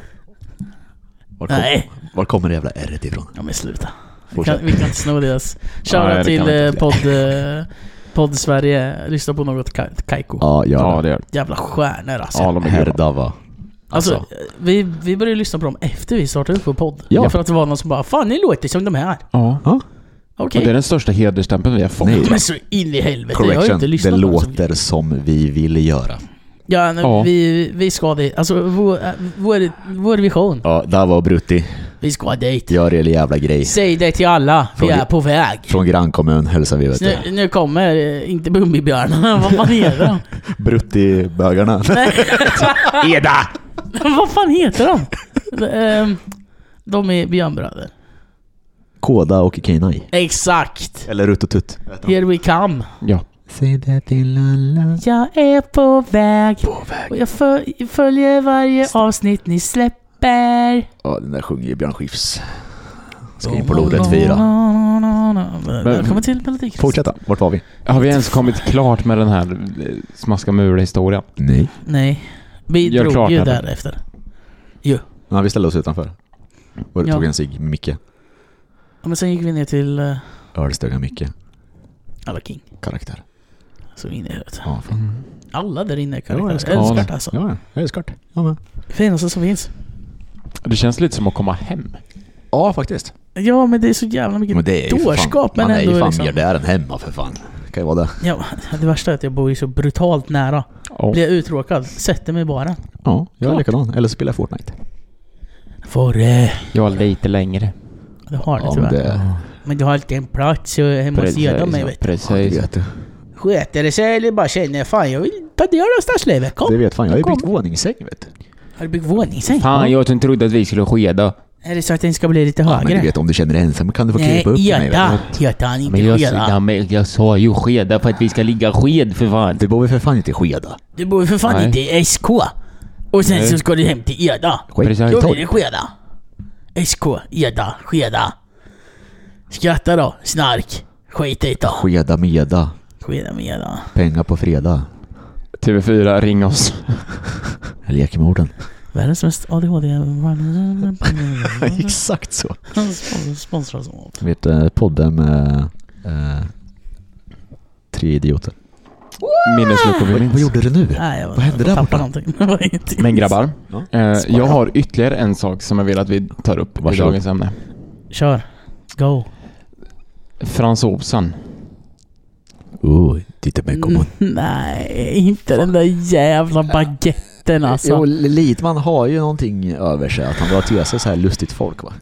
Var, kom,
Nej.
var kommer det jävla R ifrån?
Ja men sluta. Vi
Fortsätt.
kan, vi kan inte sno deras...
Nej, det
Shoutout till
kan vi
eh,
inte.
podd, eh, podd Sverige. Lyssna på något Ka- Kaiko.
Ja, gör
Ja,
det.
det gör det.
Jävla stjärnor alltså.
Ja, de är grymma.
Herdava.
Alltså, eh, vi, vi började lyssna på dem efter vi startade upp vår podd.
Ja.
För att det var någon som bara 'Fan, ni låter som de här'
Ja.
Ja.
Okej.
Och det är den största hederstämpeln vi har fått.
Nej.
Men så in i helvete, jag har ju
Correction.
inte
Det
lyssnat på dem.
låter som vi ville göra.
Ja, nej,
Ja.
Vi, vi ska dit. Alltså, vår, eh, vår, vår vision.
Ja, där var Brutti.
Vi ska dit.
Gör er jävla grej.
Säg det till alla, vi
Fråga-
är på väg.
Från grannkommun hälsar vi vet du.
Nu, nu kommer, eh, inte Bumbibjörnarna, vad fan heter de?
Brutti-bögarna. Eda!
Vad fan heter de? Ehm, De är björnbröder.
Koda och Kenai.
Exakt!
Eller Rutt och Tutt.
Here we come.
Ja.
Säg det till alla.
Jag är på väg. Och jag föl- följer varje avsnitt ni släpper.
Ja, den där sjunger ju Björn Skifs. Ska in på lodet fyra.
Välkommen till Melodikris.
Fortsätta. Vart var vi?
Har vi ens kommit klart med den här eh, smaska mula-historien?
Nej.
Nej. Vi
Gör
drog
klart
ju
här.
därefter.
Ja, vi ställde oss utanför. Och
Ja.
tog en cigg med Micke.
Ja, Men sen gick vi ner till eh,
Ölstugan Micke.
Alla King.
Karaktär.
Så in i huvudet.
Ja, fan.
Alla där inne är
Ja, jag
karaktärer.
ska-
Älskvärt alltså.
Ja, ja. Jag är skart. Ja, men.
Finaste som finns.
Det känns lite som att komma hem.
ja, faktiskt.
Ja men det är så jävla mycket
ju för fan-
dårskap men
Man är
ändå
ju fan
liksom...
mer där än hemma för fan. Kan ju vara det.
Ja, det värsta är att jag bor ju så brutalt nära.
Ja.
Blir jag uttråkad, sätter mig bara.
Ja, jag är
Klart.
likadan. Eller spela Fortnite.
Forre.
Jag är lite längre.
Det har det
Ja, men
tyvärr.
det...
Men du har alltid en plats eh, så jag måste göra mig vet du.
Precis.
du.
Sköter det sig eller bara känner fan jag vill ta del av stadslivet.
Det
Kom!
vet fan. Jag har ju
Kom.
byggt våningssäng vet du.
Har du byggt våningssäng?
Fan, jag som trodde att vi skulle skeda.
Är det så att den ska bli lite
Ja, men
högre?
du vet om du känner dig ensam kan du få
Nej,
krypa upp till mig. vet
Göta.
du.
Göta han
Men
inte
jag, ja,
skeda.
men jag sa ju skeda för att vi ska ligga sked för fan.
Du bor väl för fan inte i Skeda?
Du bor ju för fan
Nej.
inte i SK. Och sen
Nej.
så ska du hem till Eda.
Skit.
Precis.
Då
Torp.
blir det skeda. SK, Eda, skeda. Skratta då, snark. Skit i då.
Skeda meda.
Skeda med Eda.
Pengar på fredag.
TV4, ring oss.
Jag leker med orden.
Världens mest ADHD...
Exakt så.
Sponsras av...
Vet du, podden med eh, tre idioter.
Minnesluckor vi
Vad, vad
minns.
gjorde du nu?
Nej, jag
Vad hände där
tappade
borta?
någonting. Det var ingenting.
Men grabbar,
Ja.
eh, jag har ytterligare en sak som jag vill att vi tar upp i
Varsågod.
dagens ämne.
Kör. Go.
Fransosen.
Oh, titta mig komma.
Mm, Nej, inte den där jävla baguetten. Liten alltså.
Jo, Lidman har ju någonting över sig, att han drar till sig så här lustigt folk va?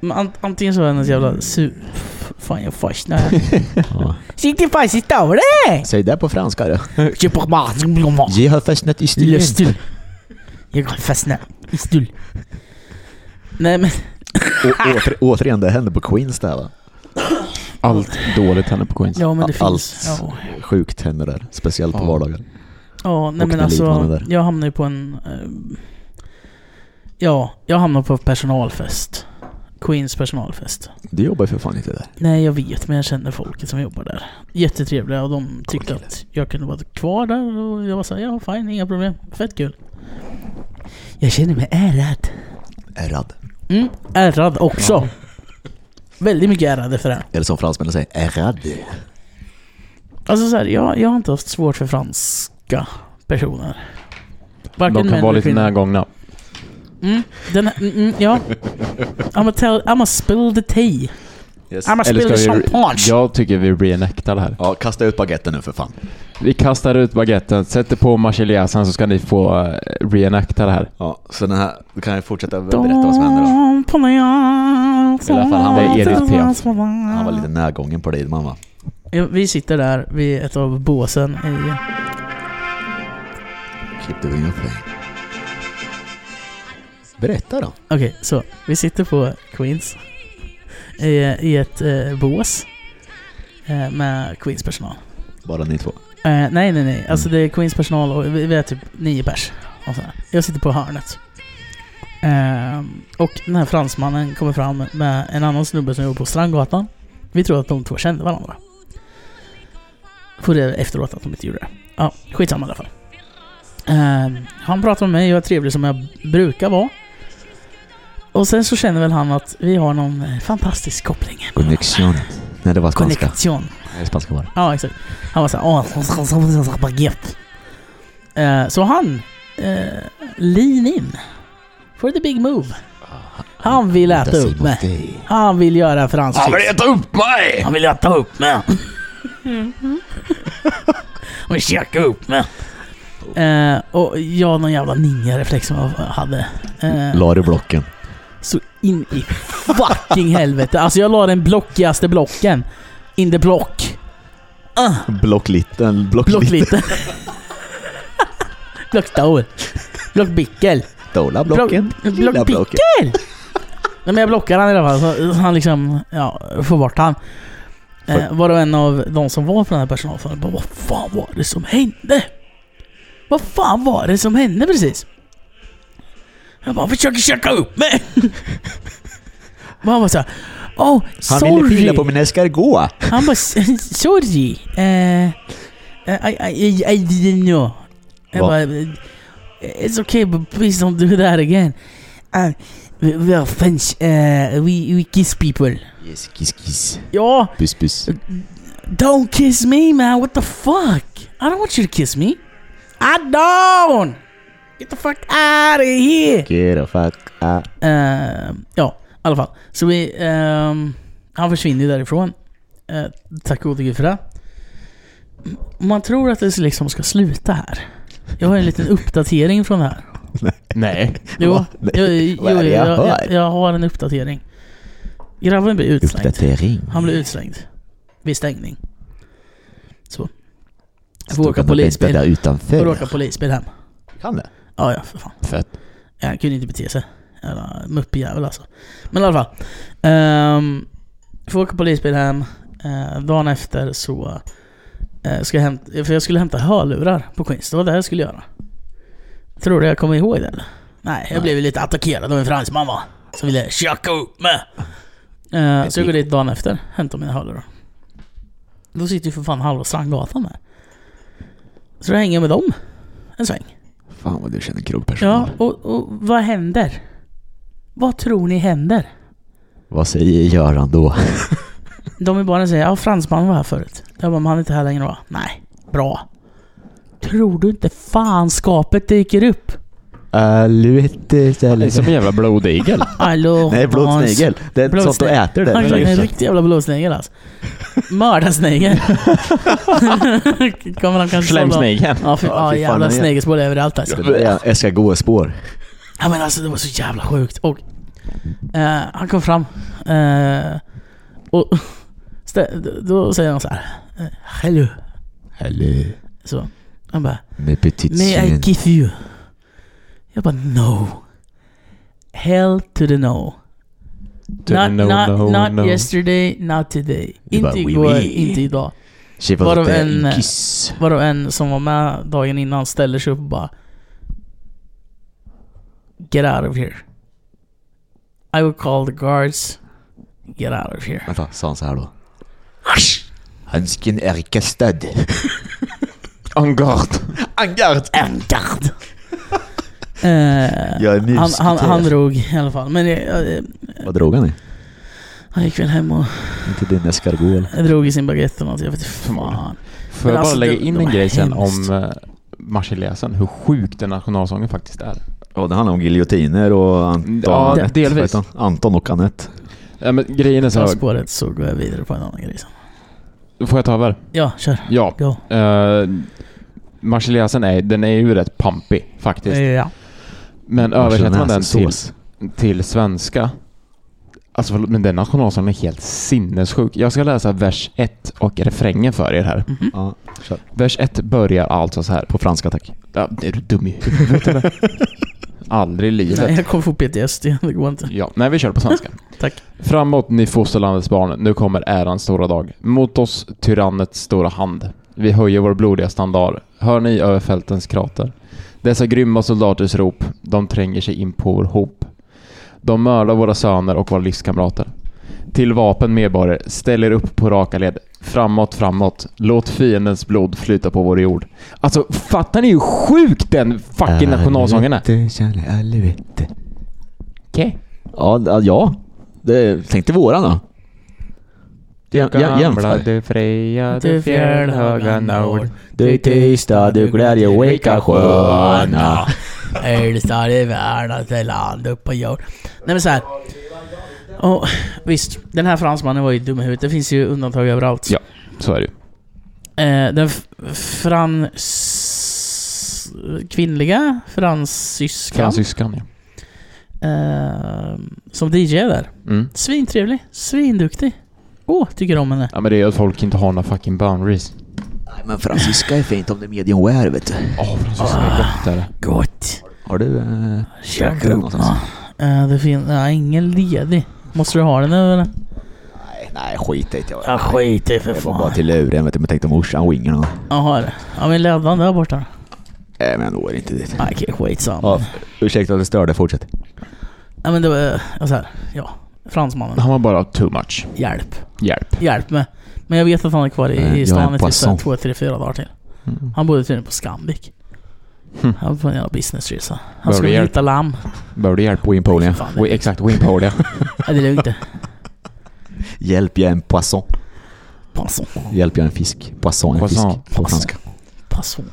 Men an- antingen så är hennes jävla su... F- Fan jag fastnar här. Sitt din fast i tavlan!
Säg det på franska du.
Köp på maten, blå mat.
Jag har fastnat i
Lösstull. Jag kan fastna i stull. Nej men,
Å- åter, återigen, det hände på Queens där va?
Allt dåligt händer på Queens.
ja men det
Allt.
finns. Ja,
Sjukt händer där, speciellt på
Ja.
vardagar.
ja nej
Och
men
när Lidman är
alltså.
där.
Jag hamnar ju på en... eh, ja, jag hamnar på personalfest. Queens personalfest.
Du jobbar ju för fan inte där.
Nej, jag vet, men jag känner folket som jobbar där. Jättetrevliga och de tyckte
kille.
att jag kunde vara kvar där och jag var såhär, ja fine, inga problem. Fett kul. Jag känner mig ärad.
Ärrad.
Mm, ärad också. Väldigt mycket ärad efter det här.
Eller som fransmännen säger, ärrad.
Alltså såhär, jag, jag har inte haft svårt för franska personer. Varken
De kan
män
vara
eller
lite
kvinnor.
närgångna.
Mm, den här, mm, mm, ja. I'mma tell, I'mma spill the tea. I'mma spill the champagne.
jag tycker vi reenactar det här.
Ja, kasta ut baguetten nu för fan.
Vi kastar ut baguetten, sätter på marseljäsen så ska ni få eh, reenacta det här.
Ja, så den här, då kan jag fortsätta berätta vad som händer då. I alla fall, han var- Han var lite närgången på Lidman va?
Ja, Vi sitter där vid ett av båsen i...
Keep doing your thing. Berätta då.
Okej, så vi sitter på Queens. I, i ett eh, bås. Eh, med Queens personal.
Bara ni två.
Eh, nej, nej, nej. Alltså det är Queens personal och vi, vi är typ nio pers. Och sådär. Jag sitter på hörnet. Eh, och den här fransmannen kommer fram med en annan snubbe som jobbar på Strandgatan. Vi tror att de två kände varandra. Får det efteråt att de inte gjorde det. Ja, skitsamma i alla fall. Eh, han pratar med mig, jag är trevlig som jag brukar vara. Och sen så känner väl han att vi har någon eh, fantastisk koppling.
Connection. Nej, det var spanska.
Konnektion.
Nej, spanska var det.
Ja, exakt. Han var såhär, åh, så- så- så- så- baguette. Eh, Så han, eh, lean in. For the big move. Han vill äta upp mig. Han vill göra fransk Han vill äta upp mig! Han vill äta upp mig. Han vill käka upp mig. Eh, och jag någon jävla ninja-reflex som jag hade. Eh,
La du blocken.
så in i fucking helvete. Alltså jag la den blockigaste blocken. In the block. Ah.
Blocklitten. Blocklitten.
Blockliten. Blockstaur. Blockbickel.
Dola blocken.
Block-
Lilla
block-
blocken.
Nej men jag blockar han i alla fall så så han liksom, ja, får bort han. Eh, varav en av de som var på den här personalfrågan bara Vad fan var det som hände? Vad fan var det som hände precis? Jag bara försöker käka upp mig. Och han var såhär Oh,
Han
sorry.
ville pilla på min escargot.
Han bara, "S- sorry. eh, I, I, I, I didn't know. Jag
Va?
bara, it's okay but please don't do that again. Uh, we, we are French, eh, we, we kiss people.
Yes, kiss kiss.
Ja,
Puss puss.
don't kiss me man, what the fuck? I don't want you to kiss me. I don't! Get the fuck out of here!
Get the fuck out.
Eh, ja, i alla fall. Så vi... ehm, han försvinner ju därifrån. Eh, tack gode gud för det. M- Man tror att det liksom ska sluta här. Jag har en liten uppdatering från det här.
Nej.
Jo,
Va?
jo, jo,
Vad är det jag
jag,
hör?
jag, jag har en uppdatering. Grabben blir utslängd.
Uppdatering.
Han blir utslängd. Vid stängning. Så. Jag får åka
Stod han och bänkade
polisbil.
där utanför.
Får åka polisbil hem.
Kan det?
Ja, ja, för fan.
Fett.
Ja, han kunde inte bete sig. Jävla muppjävel alltså. Men i alla fall. Um, får åka polisbil hem. Eh, dagen efter så eh, ska jag hämta, för jag skulle hämta hörlurar på Queens. Det var det jag skulle göra. Tror du jag kommer ihåg det eller? Nej, jag blev ju lite attackerad av en fransman va. Som ville tjacka upp mig. Eh, så jag går dit dagen efter, hämtar mina hörlurar. Då sitter ju för fan halva Strandgatan där. Så då hänger jag med dem en sväng.
Fan vad du känner krogperson.
Ja, och, och vad händer? Vad tror ni händer?
Vad säger Göran då?
De i baren säger ja fransmannen var här förut. Jag bara, men han är inte här längre va? Nej. Bra. Tror du inte fanskapet dyker upp?
Äh, Aluettes
Det är som en jävla blodigel.
Hallå,
Nej, blodsnigel. Det är
Blodsnigel.
sånt du äter
Han är en
det.
riktig jävla blodsnigel alltså. Mördarsnigel. Kommer han kanske
Slemsnigeln.
Ja, fy,
Ja,
ja,
fy fan,
jävla
den är-
snegelspår överallt alltså.
Jag ska gå spår.
Ja men alltså det var så jävla sjukt. Och eh, han kom fram. Eh, och stä- då säger han så här. eh, Hello.
Hello,
Så. Han bara.
mes petites
May I
chiennes.
kiss you? Jag bara no. Hell to the no.
To the
not
no,
not,
no,
not
no.
yesterday, not today.
Du bara,
Inte
oui,
igår,
oui.
inte idag.
She was
Varav
there
en- eh,
in kiss.
Var det en som var med dagen innan ställer sig upp och bara Get out of here. I will call the guards. Get out of here.
Vänta, sa han så här då? Handsken är kastad.
En garde.
Angard!
Engard. Eh,
Jag är
han,
musiker.
han, han drog i alla fall. Men eh, eh,
Vad drog han i?
han gick väl hem och
Inte din escargot
drog i sin baguette eller något. Jag vet inte fan.
Förmodligen. Får jag
alltså,
bara lägga
det-
in
det
en
var
grej sen
hemskt.
om eh, Marseljäsen, hur sjuk den nationalsången faktiskt är.
Ja, det handlar om giljotiner och Anton.
Ja,
Anette,
delvis.
vad heter han? Anton och Anette.
Ja, men grejen är så
Tar
här,
spåret så går jag vidare på en annan grej sen.
får jag ta över?
Ja, kör.
Ja.
Go.
Uh, Marseljäsen är, den är ju rätt pampig faktiskt.
Eh, Ja.
Men översätter man den till,
Sås.
till svenska. Alltså förlåt, men den nationalsången är helt sinnessjuk. Jag ska läsa vers 1 och refrängen för er här.
Mhm.
Ja, kör.
Vers 1 börjar alltså så här.
På franska tack.
Ja, är du dum i huvudet eller? Aldrig i livet.
Nej, jag kommer få PTSD. Det går inte.
Ja, nej vi kör på svenska.
Tack.
Framåt ni fosterlandets barn, nu kommer ärans stora dag. Mot oss tyrannets stora hand. Vi höjer vår blodiga standard. Hör ni över fältens krater? Dessa grymma soldaters rop, de tränger sig in på vår hop. De mördar våra söner och våra livskamrater. Till vapen medborgare, ställ er upp på raka led. Framåt, framåt. Låt fiendens blod flyta på vår jord. Alltså, fattar ni hur sjuk den fucking nationalsången är?
Aluette, kärle, aluette.
Okej.
Ja, d- ja. Det, tänk dig våran då. Jäm, jäm,
Gamla
jämför.
du fria, du
Du
fjällhöga nord.
Du tysta, du glädjerika sköna.
Äldsta i världen till land upp på jord. Nej men såhär. Och visst, den här fransmannen var ju dum i huvudet. Det finns ju undantag överallt.
Ja. Så är det ju.
Eh, den f- frans... Kvinnliga fransyskan.
Fransyskan, ja.
Eh, som DJ där.
Mm.
Svintrevlig. Svinduktig. Åh, tycker om henne.
Ja men det är ju att folk inte har några fucking boundaries.
Nej men fransyska är fint om det är medium wear vet du.
Åh, fransyskan är gott är det.
Gott.
Har du... Eh,
Käka
den
upp
någonstans?
nå. Eh, Det finns... Nej, ingen ledig. Måste du ha den eller?
Nej, nej skit i det.
Ja,
Jag,
skit i för
jag var bara
fan.
till luren vet du, men tänkte morsan winger någon.
Jaha, det. ja men ledaren där borta
Nej men jag når inte dit.
Nej, okej, skitsamma.
Ja,
Ja.
ursäkta att jag störde, fortsätt.
men det var ja, så här, ja. Fransmannen.
Han var bara too much.
Hjälp.
Hjälp.
Hjälp mig. Men jag vet att han är kvar
Nej,
i, i
jag är
stan
en Mm.
i typ så här
poisson.
två, tre, fyra dagar till. Han bodde tydligen på Scandic.
Hm.
Han var på en jävla businessresa. Han
Behöver
skulle
hjälp?
hitta lamm.
Behöver du hjälp?
Wimpolia.
Fan,
Wi- Exakt, Wimpolia.
Nej, det är lugnt det.
Hjälp, jag är en poisson.
Poisson.
Hjälp, jag är en fisk. Poisson, en
Poisson. Mm.
fisk. På franska.
Poisson.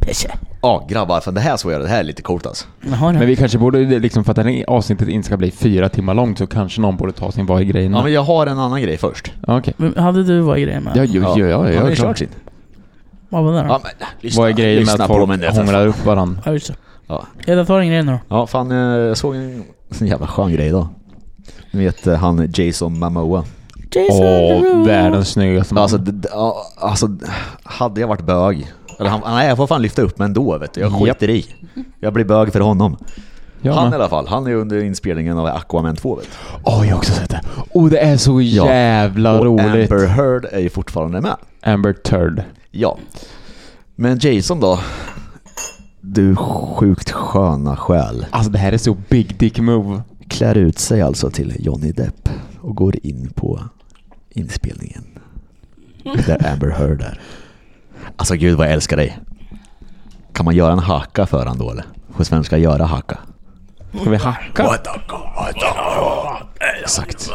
Peche.
Ja, grabbar, för det här såg jag. Det här är lite coolt alltså.
Jaha,
Men
det.
vi kanske borde, liksom för att det här avsnittet inte ska bli fyra timmar långt så kanske någon borde ta sin varje grej.
Ja, men jag har en annan grej först.
Okej.
Men Hade du vad grejen med?
Ja, ja, ja, ja,
Han har
ja,
ju kört
klart.
sin.
Vad var det då?
Ja, men lyssna.
Vad är grejen med
lyssna
att
på mig
folk
nu, för
hånglar upp varandra?
Ja, just det.
Ja.
Ja, det var en grej nu då.
Ja, fan eh, jag såg en en jävla skön grej idag. Ni vet eh, han Jason Momoa.
Jason
Åh,
Derulo.
världens snyggaste man.
Alltså, d- d- ja, alltså d- hade jag varit bög, eller han, nej jag får fan lyfta upp mig ändå vet du. Jag skiter i. Jag blir bög för honom.
Jag
han
med.
i alla fall, han är under inspelningen av Aquaman 2 vet du.
Åh, jag har också sett det. Åh, det är så
Ja.
jävla
Och
roligt.
Amber Heard är ju fortfarande med.
Amber Turd.
Ja. Men Jason då? Du sjukt sköna själ.
Alltså det här är så big dick move.
Klär ut sig alltså till Johnny Depp och går in på inspelningen. Där Amber Heard är. Alltså gud vad jag älskar dig. Kan man göra en hacka för han då eller? Hur svenska göra hacka?
Ska vi hacka?
Exakt.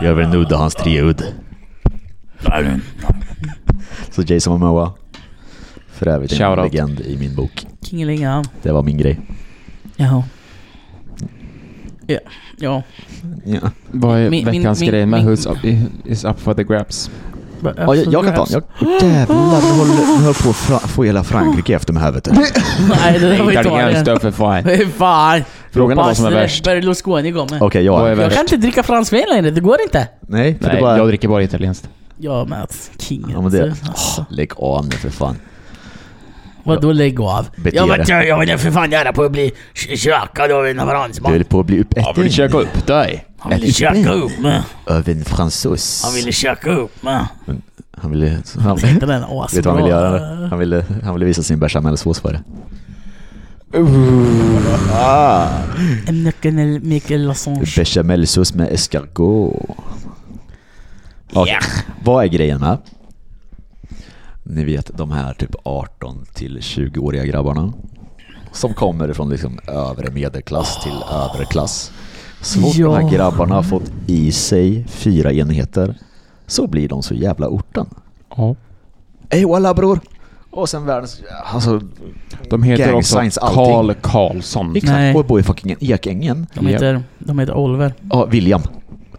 Jag vill nudda hans treudd. Så Jason Momoa. För övrigt en
Shoutout.
legend i min bok.
Kingelingan.
Det var min grej.
Jaha. Ja, ja.
Ja.
Vad är
Min- min-
veckans
min-
grej med
min-
who's up, is up for the grabs?
Ja, jag, jag kan ta den. Jag, jävlar, nu håller, nu höll på att fra, få hela Frankrike efter mig här vet du.
Nej, det där var
Italiensk
Italien.
då för fan.
Fy fan.
Frågan är vad som är
Bastille,
värst.
Berlusconi kommer.
Okej,
Vad är
jag
värst?
Jag kan inte dricka fransvin längre, det går inte.
Nej, för
Nej,
det bara...
jag dricker bara italienskt.
Jag med att king.
Ja, men det-
alltså.
Lägg av nu för fan.
Vadå lägg av?
Bete
Jag,
dig.
vet, jag, jag vill ju för fan göra på att bli k- kökad av en fransman.
Du höll på att bli uppäten.
upp dig.
Han ville köka upp mig.
Av en fransos.
Han ville köka upp mig.
Han ville... Han,
Vad
Mm. vet
heter den
du
asbra?
vad han ville göra?
Äh.
nu? Han ville, han ville visa sin bechamelsås för det.
I'm not gonna make a losange.
Bechamelsås med escargot. Okej, Vad är grejen med? Ni vet de här typ 18 till 20-åriga grabbarna. Som kommer från liksom övre medelklass till överklass. Så fort de
Ja.
här grabbarna har fått i sig fyra enheter så blir de så jävla orten.
Ja.
Ey walla bror! Och sen världens... Alltså,
De heter
Gang
också
signs, allting.
Karl Karlsson.
Nej.
exakt. Och bor i fucking Ekängen.
De heter, de heter Oliver.
Ja, William.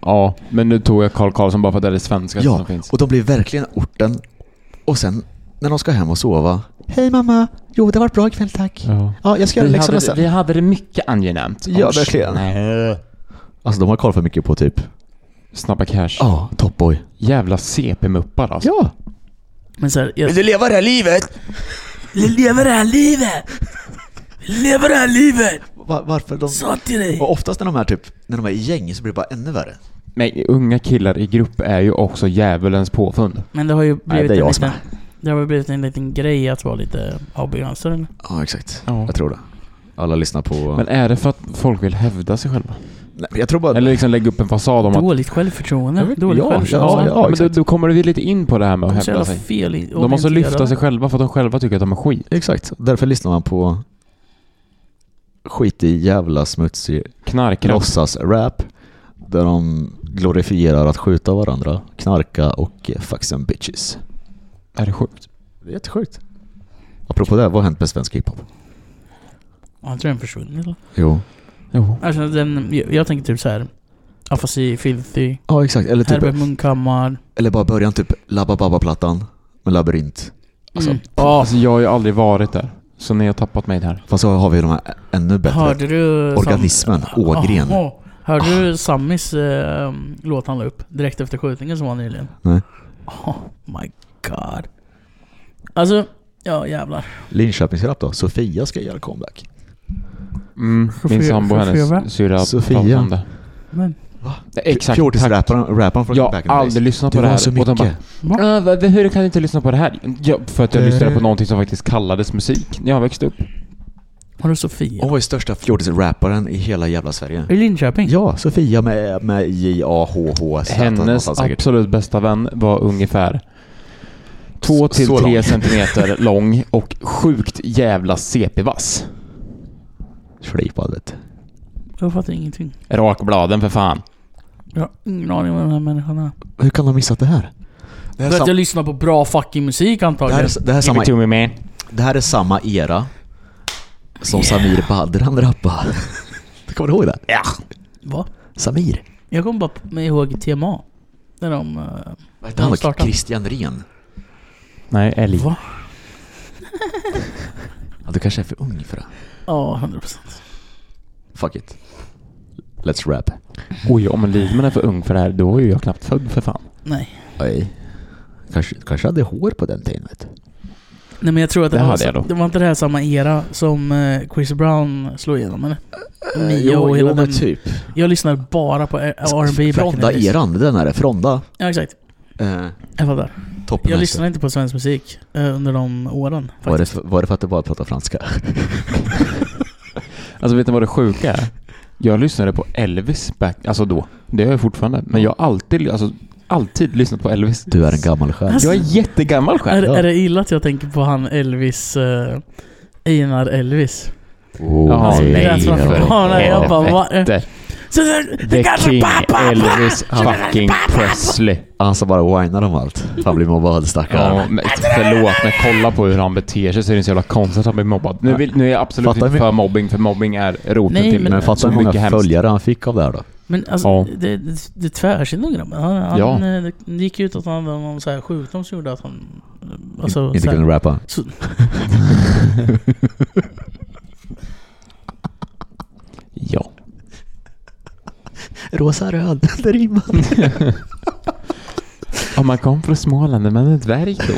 Ja, men nu tog jag Karl Karlsson bara för att det är det svenska
Ja,
som finns.
och de blir verkligen orten. Och sen när de ska hem och sova. Hej mamma! Jo, det har varit bra ikväll tack.
Ja.
Ja, jag ska göra läxorna sen.
hade det mycket angenämt.
Ja,
Oj,
verkligen.
nej.
Alltså de har koll för mycket på typ,
Snabba cash.
ja, Topboy.
Jävla CP-muppar alltså.
Ja!
Men såhär, jag,
du leva det här livet?
jag lever det här livet! Jag lever det här livet!
Va- varför de...
Sa till dig!
Och oftast när de är typ, när de är i gäng så blir det bara ännu värre.
Men unga killar i grupp är ju också djävulens påfund.
Men det har ju
Nej,
blivit
det är
en
jag som
liten...
är.
Det har väl blivit en liten grej att vara lite avbegränsad eller?
Ja, exakt.
Ja.
Jag tror det. Alla lyssnar på...
Men är det för att folk vill hävda sig själva?
Nej, jag tror bara...
Eller liksom lägga upp en fasad om att...
Dåligt självförtroende.
Jag vet-
Dåligt
ja,
självförtroende.
Ja,
ja,
men då,
exakt.
då kommer vi lite in på det här med att
De är så
hävda
jävla
sig.
fel
De måste lyfta sig själva för att de själva tycker att de är skit.
Exakt. Därför lyssnar man på skitig jävla smutsig
Knarkare.
låtsas-rap där de glorifierar att skjuta varandra, knarka och eh, fuck some bitches.
Är det sjukt?
Det är jättesjukt. Apropå det, vad har hänt med svensk hiphop?
Har inte den försvunnit eller?
Jo.
Jo.
Alltså den, jag, jag tänker typ såhär... Afasi, Filthy,
Ja, exakt. Eller,
Herbert
typ,
Munkhammar.
eller bara början, typ Labba Babba-plattan med labyrint. Alltså,
Mm.
Alltså jag har ju aldrig varit där. Så ni har tappat mig där.
Fast så har vi de här ä- ännu bättre.
Hörde du... Sam-
Organismen, Ågren.
Jaha. Hörde du Sammis eh, låt han la upp direkt efter skjutningen som var nyligen?
Nej.
Oh my god. Alltså, ja jävlar.
Linköpingsrap då? Sofia ska göra comeback.
Mm, min
Chaufför-
sambo och
chaufför,
hennes syrra
Sofia.
pratade om det.
Men,
Exakt.
Fjortisrapparen rapparen från
Jag
back in
har
the days.
aldrig lyssnat
Det
på det
var
här.
så
Och de bara,
mycket.
va?
"Ah, vad- hur kan du inte lyssna på det här? Ja, för att jag lyssnade på någonting som faktiskt kallades musik när jag växte upp.
Har du Sofia?
Hon var ju största fjortisrapparen i hela jävla Sverige.
I Linköping?
Ja, Sofia med, med J-A-H-H-Z.
Hennes
någonstans säkert.
absolut bästa vän var ungefär två
Så-
till
så
tre
lång.
centimeter lång och sjukt jävla CP-vass.
Slipad vet du.
Jag fattar ingenting.
Rakbladen för fan.
Jag har ingen aning om vem de här människorna
Hur kan de ha missat det här?
är. För
Det här, är,
att jag
sam-
lyssnar på bra fucking musik
det
antagligen.
här, är, det, här är samma,
Give it to me man.
det här är samma era som Samir Badran rappade. Du kommer ihåg det? Ja.
Va?
Samir.
Jag kommer bara med ihåg TMA. När de... eh,
Det han var
startade.
Christian Ren.
Nej, älg.
Va?
Ja, du kanske är för ung för det.
Ja, 100%.
Fuck it. Let's rap.
Oj, om Lidman är för ung för det här, då är ju jag knappt född för fan.
Nej.
Oj. Kanske, kanske hade hår på den tiden vet du.
Nej men jag tror att det,
Det
var,
hade jag då.
det var inte det här samma era som eh, Chris Brown slog igenom eller?
Eh,
Mio och hela den.
typ.
Jag lyssnar bara på R- R&B back in the days.
Fronda-eran, den är det. Fronda.
Ja exakt.
Eh,
Jag fattar.
toppen
Jag lyssnade inte på svensk musik eh, under de åren
var det,
faktiskt.
för, var det för att du bara pratade franska?
Alltså vet ni vad det sjuka är? Jag lyssnade på Elvis back, alltså då. Det gör jag fortfarande. Men jag har alltid, alltså, alltid lyssnat på Elvis.
Du är en gammal själ.
Alltså,
Jag är jättegammal
är,
själv.
är det illa att jag tänker på han Elvis... Eh, Einar Elvis?
Oh,
Jaha,
Alltså,
nej,
det lät som att-
för
Ja, nej, jag bara, va?
helvete.
Så där-
The
kanske-
King
pa, pa, pa.
Elvis fucking Presley.
Han som bara whinar om allt. Han blir mobbad
Ja,
stackaren.
men förlåt, men kolla på hur han beter sig så är det så jävla konstigt att han blir mobbad. Nu, vill, nu är jag absolut
Fattar
inte
vi-
för mobbing, för mobbing är roten
Nej,
till
men-
Men fatta
så
hur
mycket
många
hemskt.
följare han fick av det här då.
Men alltså,
Ja.
det, det, det tvärskinner nog grabben. Han, han,
Ja.
eh, det- det gick ut att han hade någon så här sjukdom som gjorde att han... eh, Alltså,
Inte
så här,
kunde rappa.
så,
Ja.
Rosa röd, det rimmar.
Om man kom från Småland, är man en dvärg då?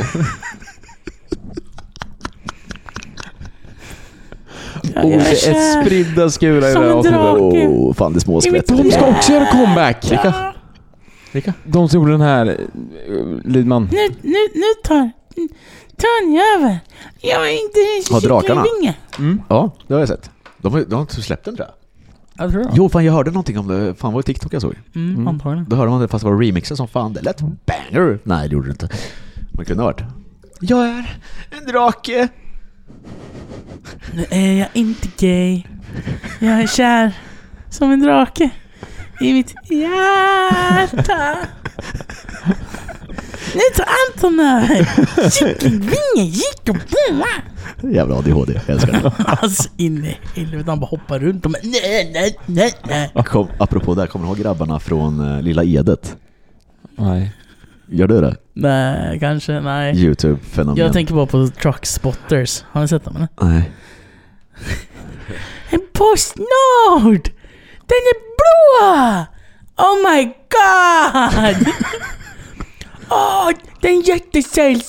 jag
Oh,
är kär.
spridda skurar
Som en drake.
Oh, fan det är småskvätt.
De ska också göra comeback!
Ja,
Vilka?
De som gjorde den här... eh, Lidman.
nu, nu, nu tar... Tanja över. Jag är inte
Har drakarna?
kycklingvinge.
Ja, det har jag sett. De, har- de har inte släppt den tror jag.
Jag tror det.
Jo, fan jag hörde någonting om det. Fan var det TikTok jag såg?
Mm, Antagligen.
Då hörde man det fast det var remixer som fan. Det lät banger. Nej, det gjorde det inte. Man kunde ha hört. Jag är en drake.
Nu är jag inte gay. Jag är kär som en drake i mitt hjärta. Nu tar Anton över. Kycklingvinge gick och boa.
Jävla ADHD, jag älskar det.
Alltså in i helvete, han bara hoppar runt och bara, nej, nej, nej, nej.
Kom, apropå det, här, kommer du ihåg grabbarna från eh, Lilla Edet?
Nej.
Gör du det?
Nej, kanske, nej.
Youtube-fenomen.
Jag tänker bara på Truck Spotters. Har ni sett dem eller?
Nej.
En Postnord! Den är blå! Oh my god! Åh, den är jättesällsynt!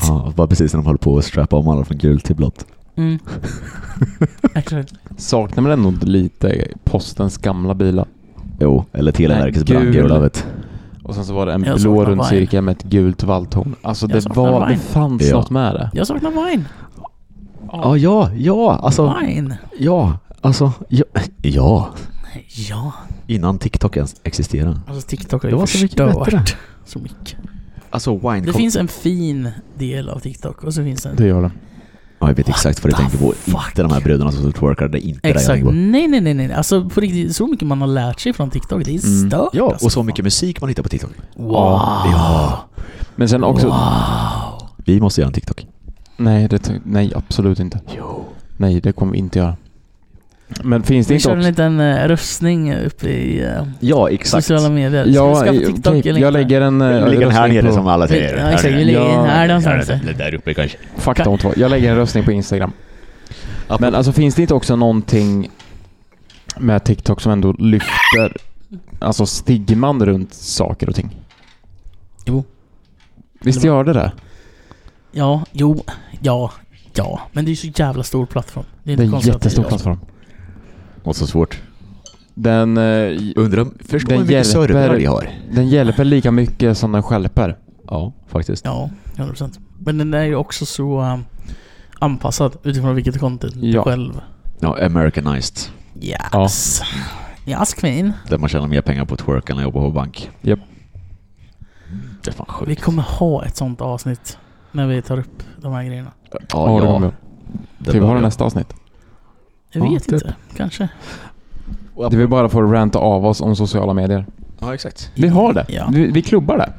Ja, det var precis när de höll på att strappa om alla från gult till blått.
Mm. Actually,
Saknar man ändå inte lite Postens gamla bilar?
Jo, eller Televerkets
Nej, gul.
brandgula vet
Och sen så var det en
Jag
blå
saknar
rund
Vine.
cirkel med ett gult valthorn. Alltså
Jag
det
saknar
var... Det
Vine.
fanns
Ja.
något med det.
jag saknar wine.
Ja, ja, ja, alltså,
Wine?
ja, alltså, ja, ja.
Ja.
Innan TikTok ens existerade.
Alltså TikTok har
Det
ju
var så mycket bättre.
förstört så mycket.
Alltså wine
Det finns en fin del av TikTok och så finns det en...
Det gör det.
Ja, jag vet exakt vad du
the
tänker på.
fuck?
Inte de här brudarna som twerkar, det är inte det jag
Exakt.
tänker på.
Nej, nej, nej, nej. Alltså på riktigt, så mycket man har lärt sig från TikTok. Det är stört
Mm. Ja,
alltså.
och så mycket musik man hittar på TikTok.
Wow.
Ja.
Men sen också...
Vi måste göra en TikTok.
Nej, det, ty- nej, absolut inte. Nej, det kommer vi inte göra. Men finns det
Vi
inte
kör en
också...
liten eh, röstning uppe i eh,
Ja, exakt.
sociala medier. Ska vi
Ja,
skaffa
okej,
TikTok eller
jag
inte?
lägger en... eh,
Ligger här
röstning
nere
på-
som alla
Vi-
säger.
Ja, exakt. Vi
Här nere.
ligger
Ja,
här någonstans.
Ja, det- Där uppe kanske.
Fakta om två. Jag lägger en röstning på Instagram. Men alltså finns det inte också någonting med TikTok som ändå lyfter alltså stigman runt saker och ting?
Jo.
Visst gör det det?
Ja, jo, ja, ja. Men det är ju så jävla stor plattform. Det är,
Det
inte
är en
konstigt att
jättestor
det-
plattform.
Och så svårt.
Den, eh,
Undrar, förstår
Den
hur mycket
hjälper-
servrar vi har.
den hjälper lika mycket som den stjälper.
Ja, faktiskt.
Ja, 100%. Men den är ju också så um, anpassad utifrån vilket content du
Ja.
själv...
Ja, Americanized.
Yes. Yes, queen.
Där man tjänar mer pengar på twerk än att jobba på bank.
Japp.
Det är fan sjukt.
Vi kommer ha ett sånt avsnitt när vi tar upp de här grejerna.
Ja,
det
ja.
kommer jag.
Det
Ska vi
bör
ha det Typ,
jag.
nästa avsnitt?
Jag
Ja,
vet
typ.
inte. Kanske.
Det vill bara få ranta av oss om sociala medier.
Ja, exakt.
Vi har det.
Ja.
Vi, vi klubbar det.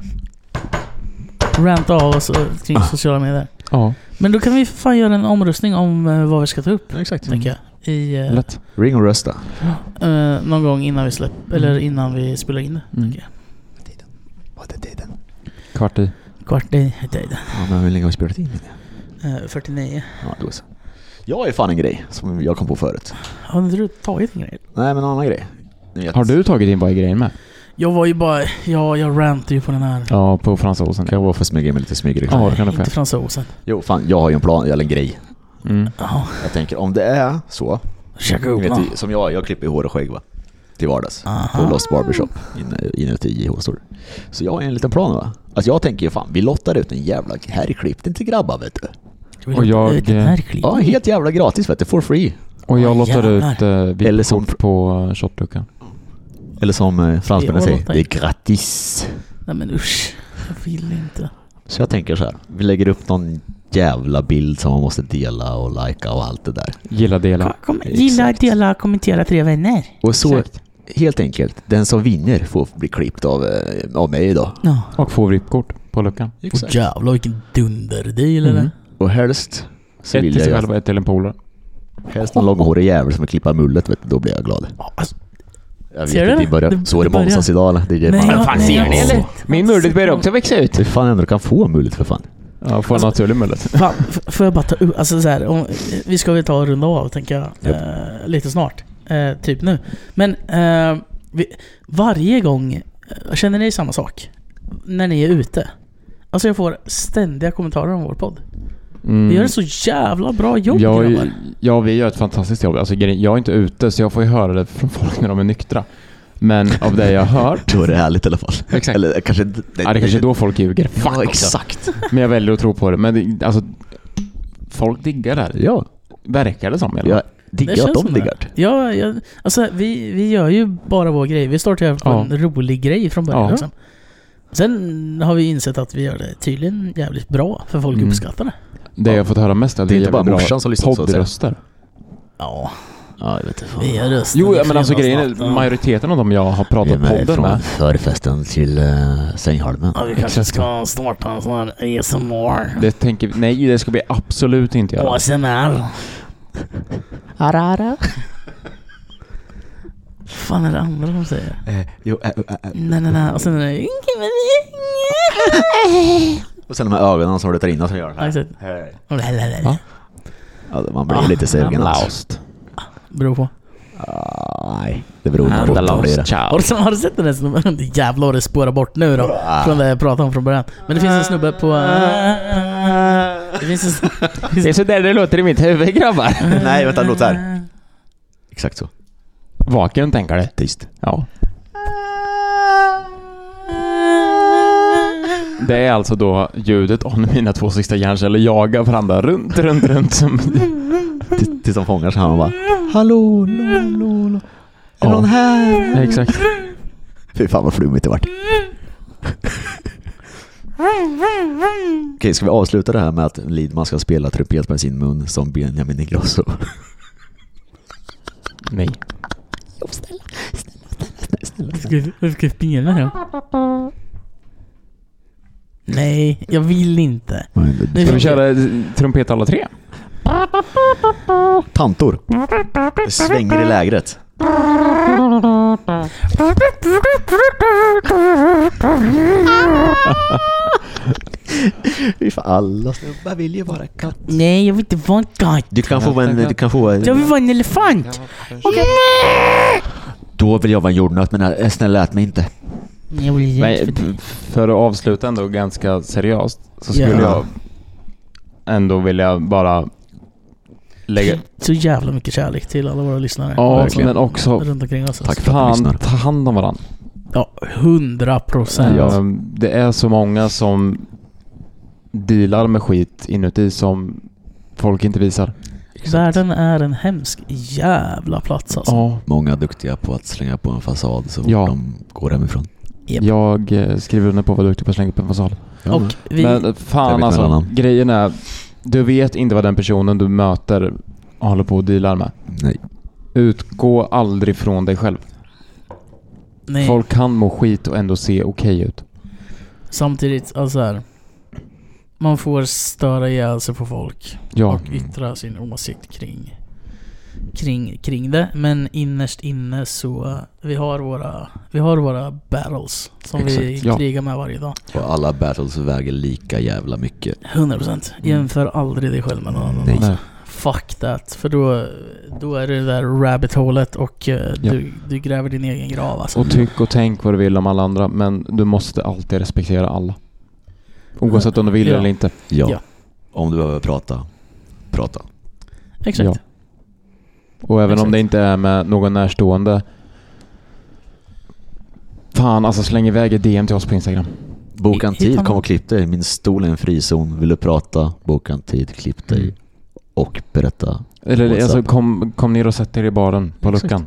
Ranta av oss eh, kring sociala medier.
Ja,
Men då kan vi för fan göra en omröstning om eh, vad vi ska ta upp,
Ja, exakt.
Mm.
tänker jag. I, eh,
lätt.
Ring och rösta.
eh, någon gång innan vi släpper, eller innan vi spelar in det.
Mm.
Okej.
Vad är tiden?
Kvart i.
Kvart i tiden.
Ja, men hur länge har vi spelat in?
Eh, 49.
Ja, då så. Jag är fan en grej som jag kom på förut.
Har inte du tagit en grej?
Nej, men en annan grej. Ni vet.
Har du tagit in vad är grejen med?
Jag var ju bara... Ja, jag rantade ju på den här...
Ja, på fransosen.
Kan jag bara få smyga in med lite smygreklam?
Ja, det kan du få göra.
inte fransosen.
Jo, fan, jag har ju en plan, eller en grej.
Mm.
Ja,
Jag tänker, om det är så.
käka
Ni
upp
vet,
någon.
ju, som jag, jag klipper ju hår och skägg va? Till vardags. På
Aha.
Lost Barbershop in- inuti JH Store. Så jag har en liten plan va? Alltså jag tänker ju fan, vi lottar ut en jävla herrklipp till grabbar vet du.
Och jag,
Den här klicken.
Ja, helt jävla gratis vet du, for free.
Och jag
Åh,
lottar
jävlar.
ut eh,
Eller som-
vitkort på eh, shotluckan.
Eller som eh, fransmännen
Det är
säger,
lottar.
det är gratis.
Nej men usch. Jag vill inte.
Så jag tänker så här, vi lägger upp någon jävla bild som man måste dela och likea och allt det där.
Gilla dela.
Kom,
Exakt.
gilla, dela, kommentera tre vänner.
Och så,
Exakt.
Helt enkelt, den som vinner får bli klippt av, eh, av mig då.
Ja.
Och få VIP-kort på luckan.
Och jävlar vilken dunderdeal
Mm.
eller?
Och helst så
Ett till
vill
sig
jag ju
själv och ett till en polare.
helst någon långhårig jävel som klippar mullet, vet du, då blir jag glad.
Ja, alltså,
Jag
Ser
vet
du
inte,
det?
i början.
Det-
Så är
det
det Månsas idag. Det är det
Nej,
man-
jag-
fan,
nej,
ser
jag
ni,
har
eller?
sett-
Min
jag har
mullet
sett
börjar
dem.
också växa ut.
Hur fan ändå kan få mullet för fan?
Ja, få en
Alltså-
naturlig mullet.
Fan, f- får jag bara ta upp, alltså så här, om, vi ska väl ta och runda av tänker jag.
Japp.
Eh, lite snart. Eh, typ nu. Men eh, vi, varje gång, eh, känner ni samma sak? När ni är ute? Alltså jag får ständiga kommentarer om vår podd.
Mm.
Vi gör ett så jävla bra jobb
jag,
grabbar.
ja, vi gör ett fantastiskt jobb. Alltså, grejen- jag är inte ute, så jag får ju höra det från folk när de är nyktra. Men av det jag har hört...
Då är det härligt i alla fall.
Exakt.
Eller kanske... Det,
ja, det kanske är då folk ljuger. Fuck
Ja,
också.
exakt.
Men jag väljer att tro på det. Men det, alltså, folk diggar det här.
Ja,
Verkar det som i alla fall.
jag diggar att
känns
de
som
diggar.
Ja, jag, alltså vi, vi gör ju bara vår grej. Vi startar på
Ja.
en rolig grej från början
Ja.
liksom. Sen har vi insett att vi gör det tydligen jävligt bra, för folk
Mm.
uppskattar det.
Det jag fått höra mest av
Det är inte
jävligt
bara
bra
morsan som lyssnar, så att säga.
poddröster.
Ja,
Ja, jag vet inte.
vi har rösten.
Jo,
i
ja, men alltså grejen är
fredagsnatten.
majoriteten av dem jag har pratat podden
från
med.
förfesten till uh, Sängholmen.
Ja, vi kanske ska starta en sån här ASMR.
Det tänker vi, nej det ska vi absolut inte göra.
ASMR.
Arara.
fan är det andra de säger?
jo, eh, eh, eh.
Nej, nej, nej. Och sen är det...
Och sen de här ögonen som letar in och så gör det
Ja,
här.
exakt.
Här.
Ja.
Ja, man blir lite sugen alltså.
Beror på.
Nej, det beror nog på vad det är.
Har du, har du sett den där snubben? Det Jävlar vad det spårar bort nu då.
Ah.
Från det jag pratade om från början. Men det finns en snubbe på... eh, Det finns en snubbe...
Det är sådär det låter i mitt huvud grabbar.
Nej, vänta, låt
Ah.
här. Exakt så.
Vaken tänker det.
Tyst.
Ja. Det är alltså då ljudet av när mina två sista hjärnceller jagar varandra runt, runt, runt. Som,
Tills- Tills de fångar så här man bara Hallå, lolo, lolo. Är
Ja.
någon här?
Ja, exakt.
Fy fan vad flummigt det vart. Okej, ska vi avsluta det här med att Lidman ska spela trumpet med sin mun som Benjamin Ingrosso?
Nej.
Varför ska jag spela här? Nej, jag vill inte.
Ska vi köra eh, trumpet alla tre?
Tantor. Det svänger i lägret. Fy fan, alla snubbar vill ju vara katt.
Nej, jag vill inte vara en katt.
Du kan få en... Du kan få
Jag
en
vill vara en elefant.
då vill jag vara en jordnöt, men eh, snälla ät mig inte.
Nej, Mm. jag vill
Nej,
inte.
f- för att avsluta ändå ganska seriöst så skulle
Ja.
jag ändå vilja bara lägga...
Så jävla mycket kärlek till alla våra lyssnare.
Ja,
Alltså,
men också
Runt omkring oss.
Tack
alltså.
för att du lyssnar.
fan, ta hand om varandra.
Ja, hundra procent.
Ja.
Ehm, Det är så många som dealar med skit inuti som folk inte visar.
Världen är en hemsk jävla plats alltså.
Ja,
Många duktiga på att slänga på en fasad så fort
Ja.
de går hemifrån.
Japp.
jag eh, skriver under på vad duktig på att slänga upp en fasad.
Ja, men.
Och vi...
Men
Jag
fan
vet en
alltså,
annan.
grejen är, du vet inte vad den personen du möter håller på och dealar med.
Nej.
Utgå aldrig från dig själv.
nej,
Folk kan må skit och ändå se okej ut.
samtidigt, alltså här. Man får störa ihjäl sig på folk
Ja.
och yttra sin åsikt kring, kring, kring det. Men innerst inne så, eh, vi har våra, vi har våra battles som vi
Exakt, ja.
krigar med varje dag.
Och alla battles väger lika jävla mycket.
100% Jämför aldrig dig själv med någon annan.
Nej.
Mm. Nej.
Fuck that. För då, då är det det där rabbit holet och eh,
Ja.
du, du gräver din egen grav alltså.
Och tyck och tänk vad du vill om alla andra, men du måste alltid respektera alla. Oavsett om du vill
Ja.
eller inte.
Ja.
Ja.
Om du behöver prata, prata.
Exakt.
Ja. Och även om
Exakt.
det inte är med någon närstående. Fan alltså släng iväg ett DM till oss på Instagram.
Boka en
Hittar
tid,
man-
kom och klipp dig. Min stol är en frizon. Vill du prata, boka en tid, klipp
Mm.
dig. Och berätta.
Eller
What's
alltså
up?
kom, kom ner och sätt er i baren på
Exakt.
luckan.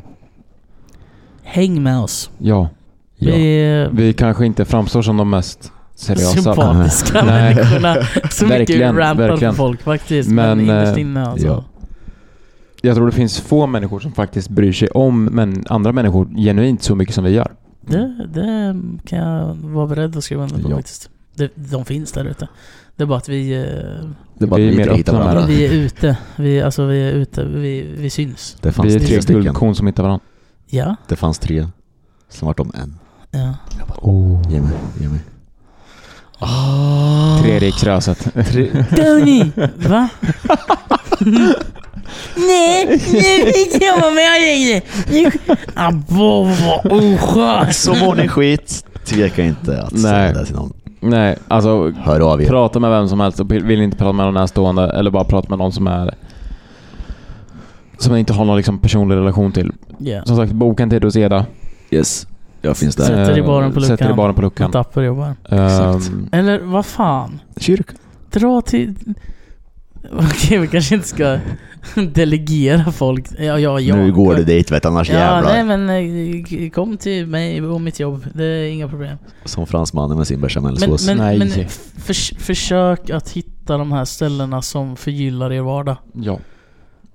Häng med oss.
Ja.
Ja.
Vi,
Vi kanske inte framstår som de mest seriösa.
sympatiska
Nej.
människorna. Så mycket
Verkligen,
rantar för
verkligen.
folk faktiskt. Men,
Men,
innerst
eh,
inne alltså.
ja.
jag tror det finns få människor som faktiskt bryr sig om men andra människor genuint så mycket som vi gör.
Det, det kan jag vara beredd att skriva under på
Ja.
faktiskt. Det, de finns där ute. Det är bara att vi, eh,
Det
Vi
är bara att
är
vi
mer
inte hittar
öppna med
varandra.
vi är ute. Vi, alltså, vi är ute. Vi, vi syns.
Det fanns
vi är
tre
tre
stycken.
guldkorn som hittar varandra.
Ja.
Det fanns tre. Sen vart de en.
ja.
Ge mig, ge mig.
Tre i kröset.
Tony! Va? Nej, nu fick jag vara med längre! Nu- Abbo, vad oskön!
Så mår ni skit. Tveka inte att säga
Nej.
det till någon.
Nej, alltså
Hör av er.
prata med vem som helst och vill inte prata med någon närstående eller bara prata med någon som är som man inte har någon liksom personlig relation till.
Ja.
Som sagt, boka en tid hos Eda.
Yes. Jag finns där.
Sätt er i baren på
Eh, Sätt er i
luckan.
baren på luckan.
Och Tapper jobbar.
Exakt.
Ehm,
Eller vad fan?
Kyrkan.
Dra till... Okej, vi kanske inte ska delegera folk. Ja, ja, ja.
Nu går du dit vet du, annars
Ja, nej
jävlar.
men eh, kom till mig och mitt jobb. Det är inga problem.
Som fransmannen med sin
Men,
bechamelsås.
men,
nej.
men förs- försök att hitta de här ställena som förgyllar er vardag.
ja.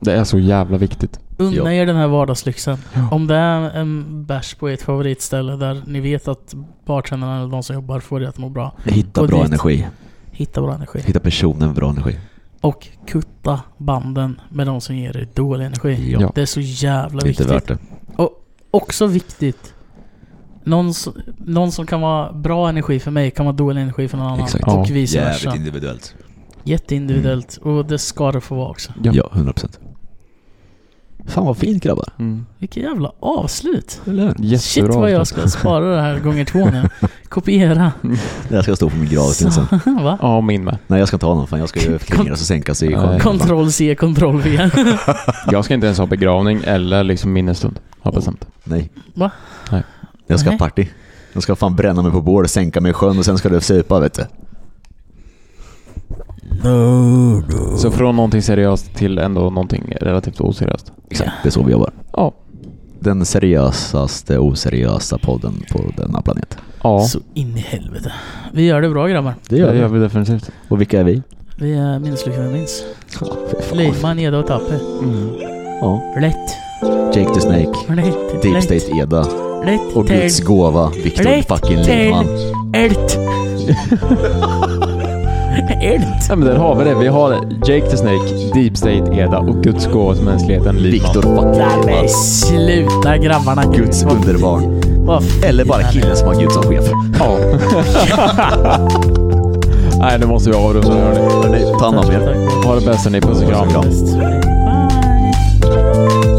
Det är så jävla viktigt.
Unna
Ja.
er den här vardagslyxen.
Ja.
Om det är en bärs på ert favoritställe där ni vet att bartendrarna eller de som jobbar får er att må bra.
Hitta
Och
bra
dit.
energi.
Hitta bra energi.
Hitta personen med bra energi.
Och kutta banden med de som ger er dålig energi.
Ja.
Ja.
Det är så jävla
Det är inte
viktigt.
värt det.
Också viktigt. Någon, s- någon som kan vara bra energi för mig kan vara dålig energi för någon annan.
Exakt.
Och
Ja.
vice versa.
Jävligt Mm. individuellt.
Jätteindividuellt. Och det ska det få vara också.
Ja.
Ja, 100%. Fan vad fint grabbar.
Mm.
Vilket jävla avslut.
Eller hur?
Jättebra.
Shit vad jag ska spara det här gånger två nu. Kopiera.
Det här ska stå på min gravsten sen.
Va?
Ja, min med.
Nej jag ska inte ha någon fan, jag ska ju kringlas och sänkas i sjön.
Nej.
Kontroll C, kontroll V.
Jag ska inte ens ha begravning eller liksom minnesstund. Har bestämt.
Nej.
Va?
Nej.
Jag ska ha
Nej.
party. Jag ska fan bränna mig på bål, sänka mig i sjön och sen ska du supa vet du.
Så från någonting seriöst till ändå någonting relativt oseriöst.
Exakt, det är så vi jobbar.
Ja.
Den seriösaste oseriösa podden på denna planet.
Ja,
Så in i helvete. Vi gör det bra grabbar.
Det
det gör vi definitivt.
Och vilka är vi?
Vi är minneslyckade vi minns.
Ja, fy fan.
Leifman, Eda och Tapper. Mm.
Ja.
Lätt.
Jake the Snake,
Lätt.
Deep
lätt,
State Eda
Lätt.
och Guds
Lätt.
gåva Viktor
Lätt
fucking
till-
Lindman.
Ält. Ält.
Ja, men där har vi det. Vi har Jake the Snake, Deep State, Eda och Guds gåva till mänskligheten, Lidman.
Viktor fucking
Nej men
Lindman.
sluta grabbarna.
Guds
Vad-
underbarn.
vad fina
Eller bara
ni är.
killen som har Gud som chef.
Ja. Nej, nu måste vi avrunda hörni.
Hörni, ta hand om er.
Tack, tack.
Ha det bästa ni. Puss och kram.
Puss och kram.
Bye.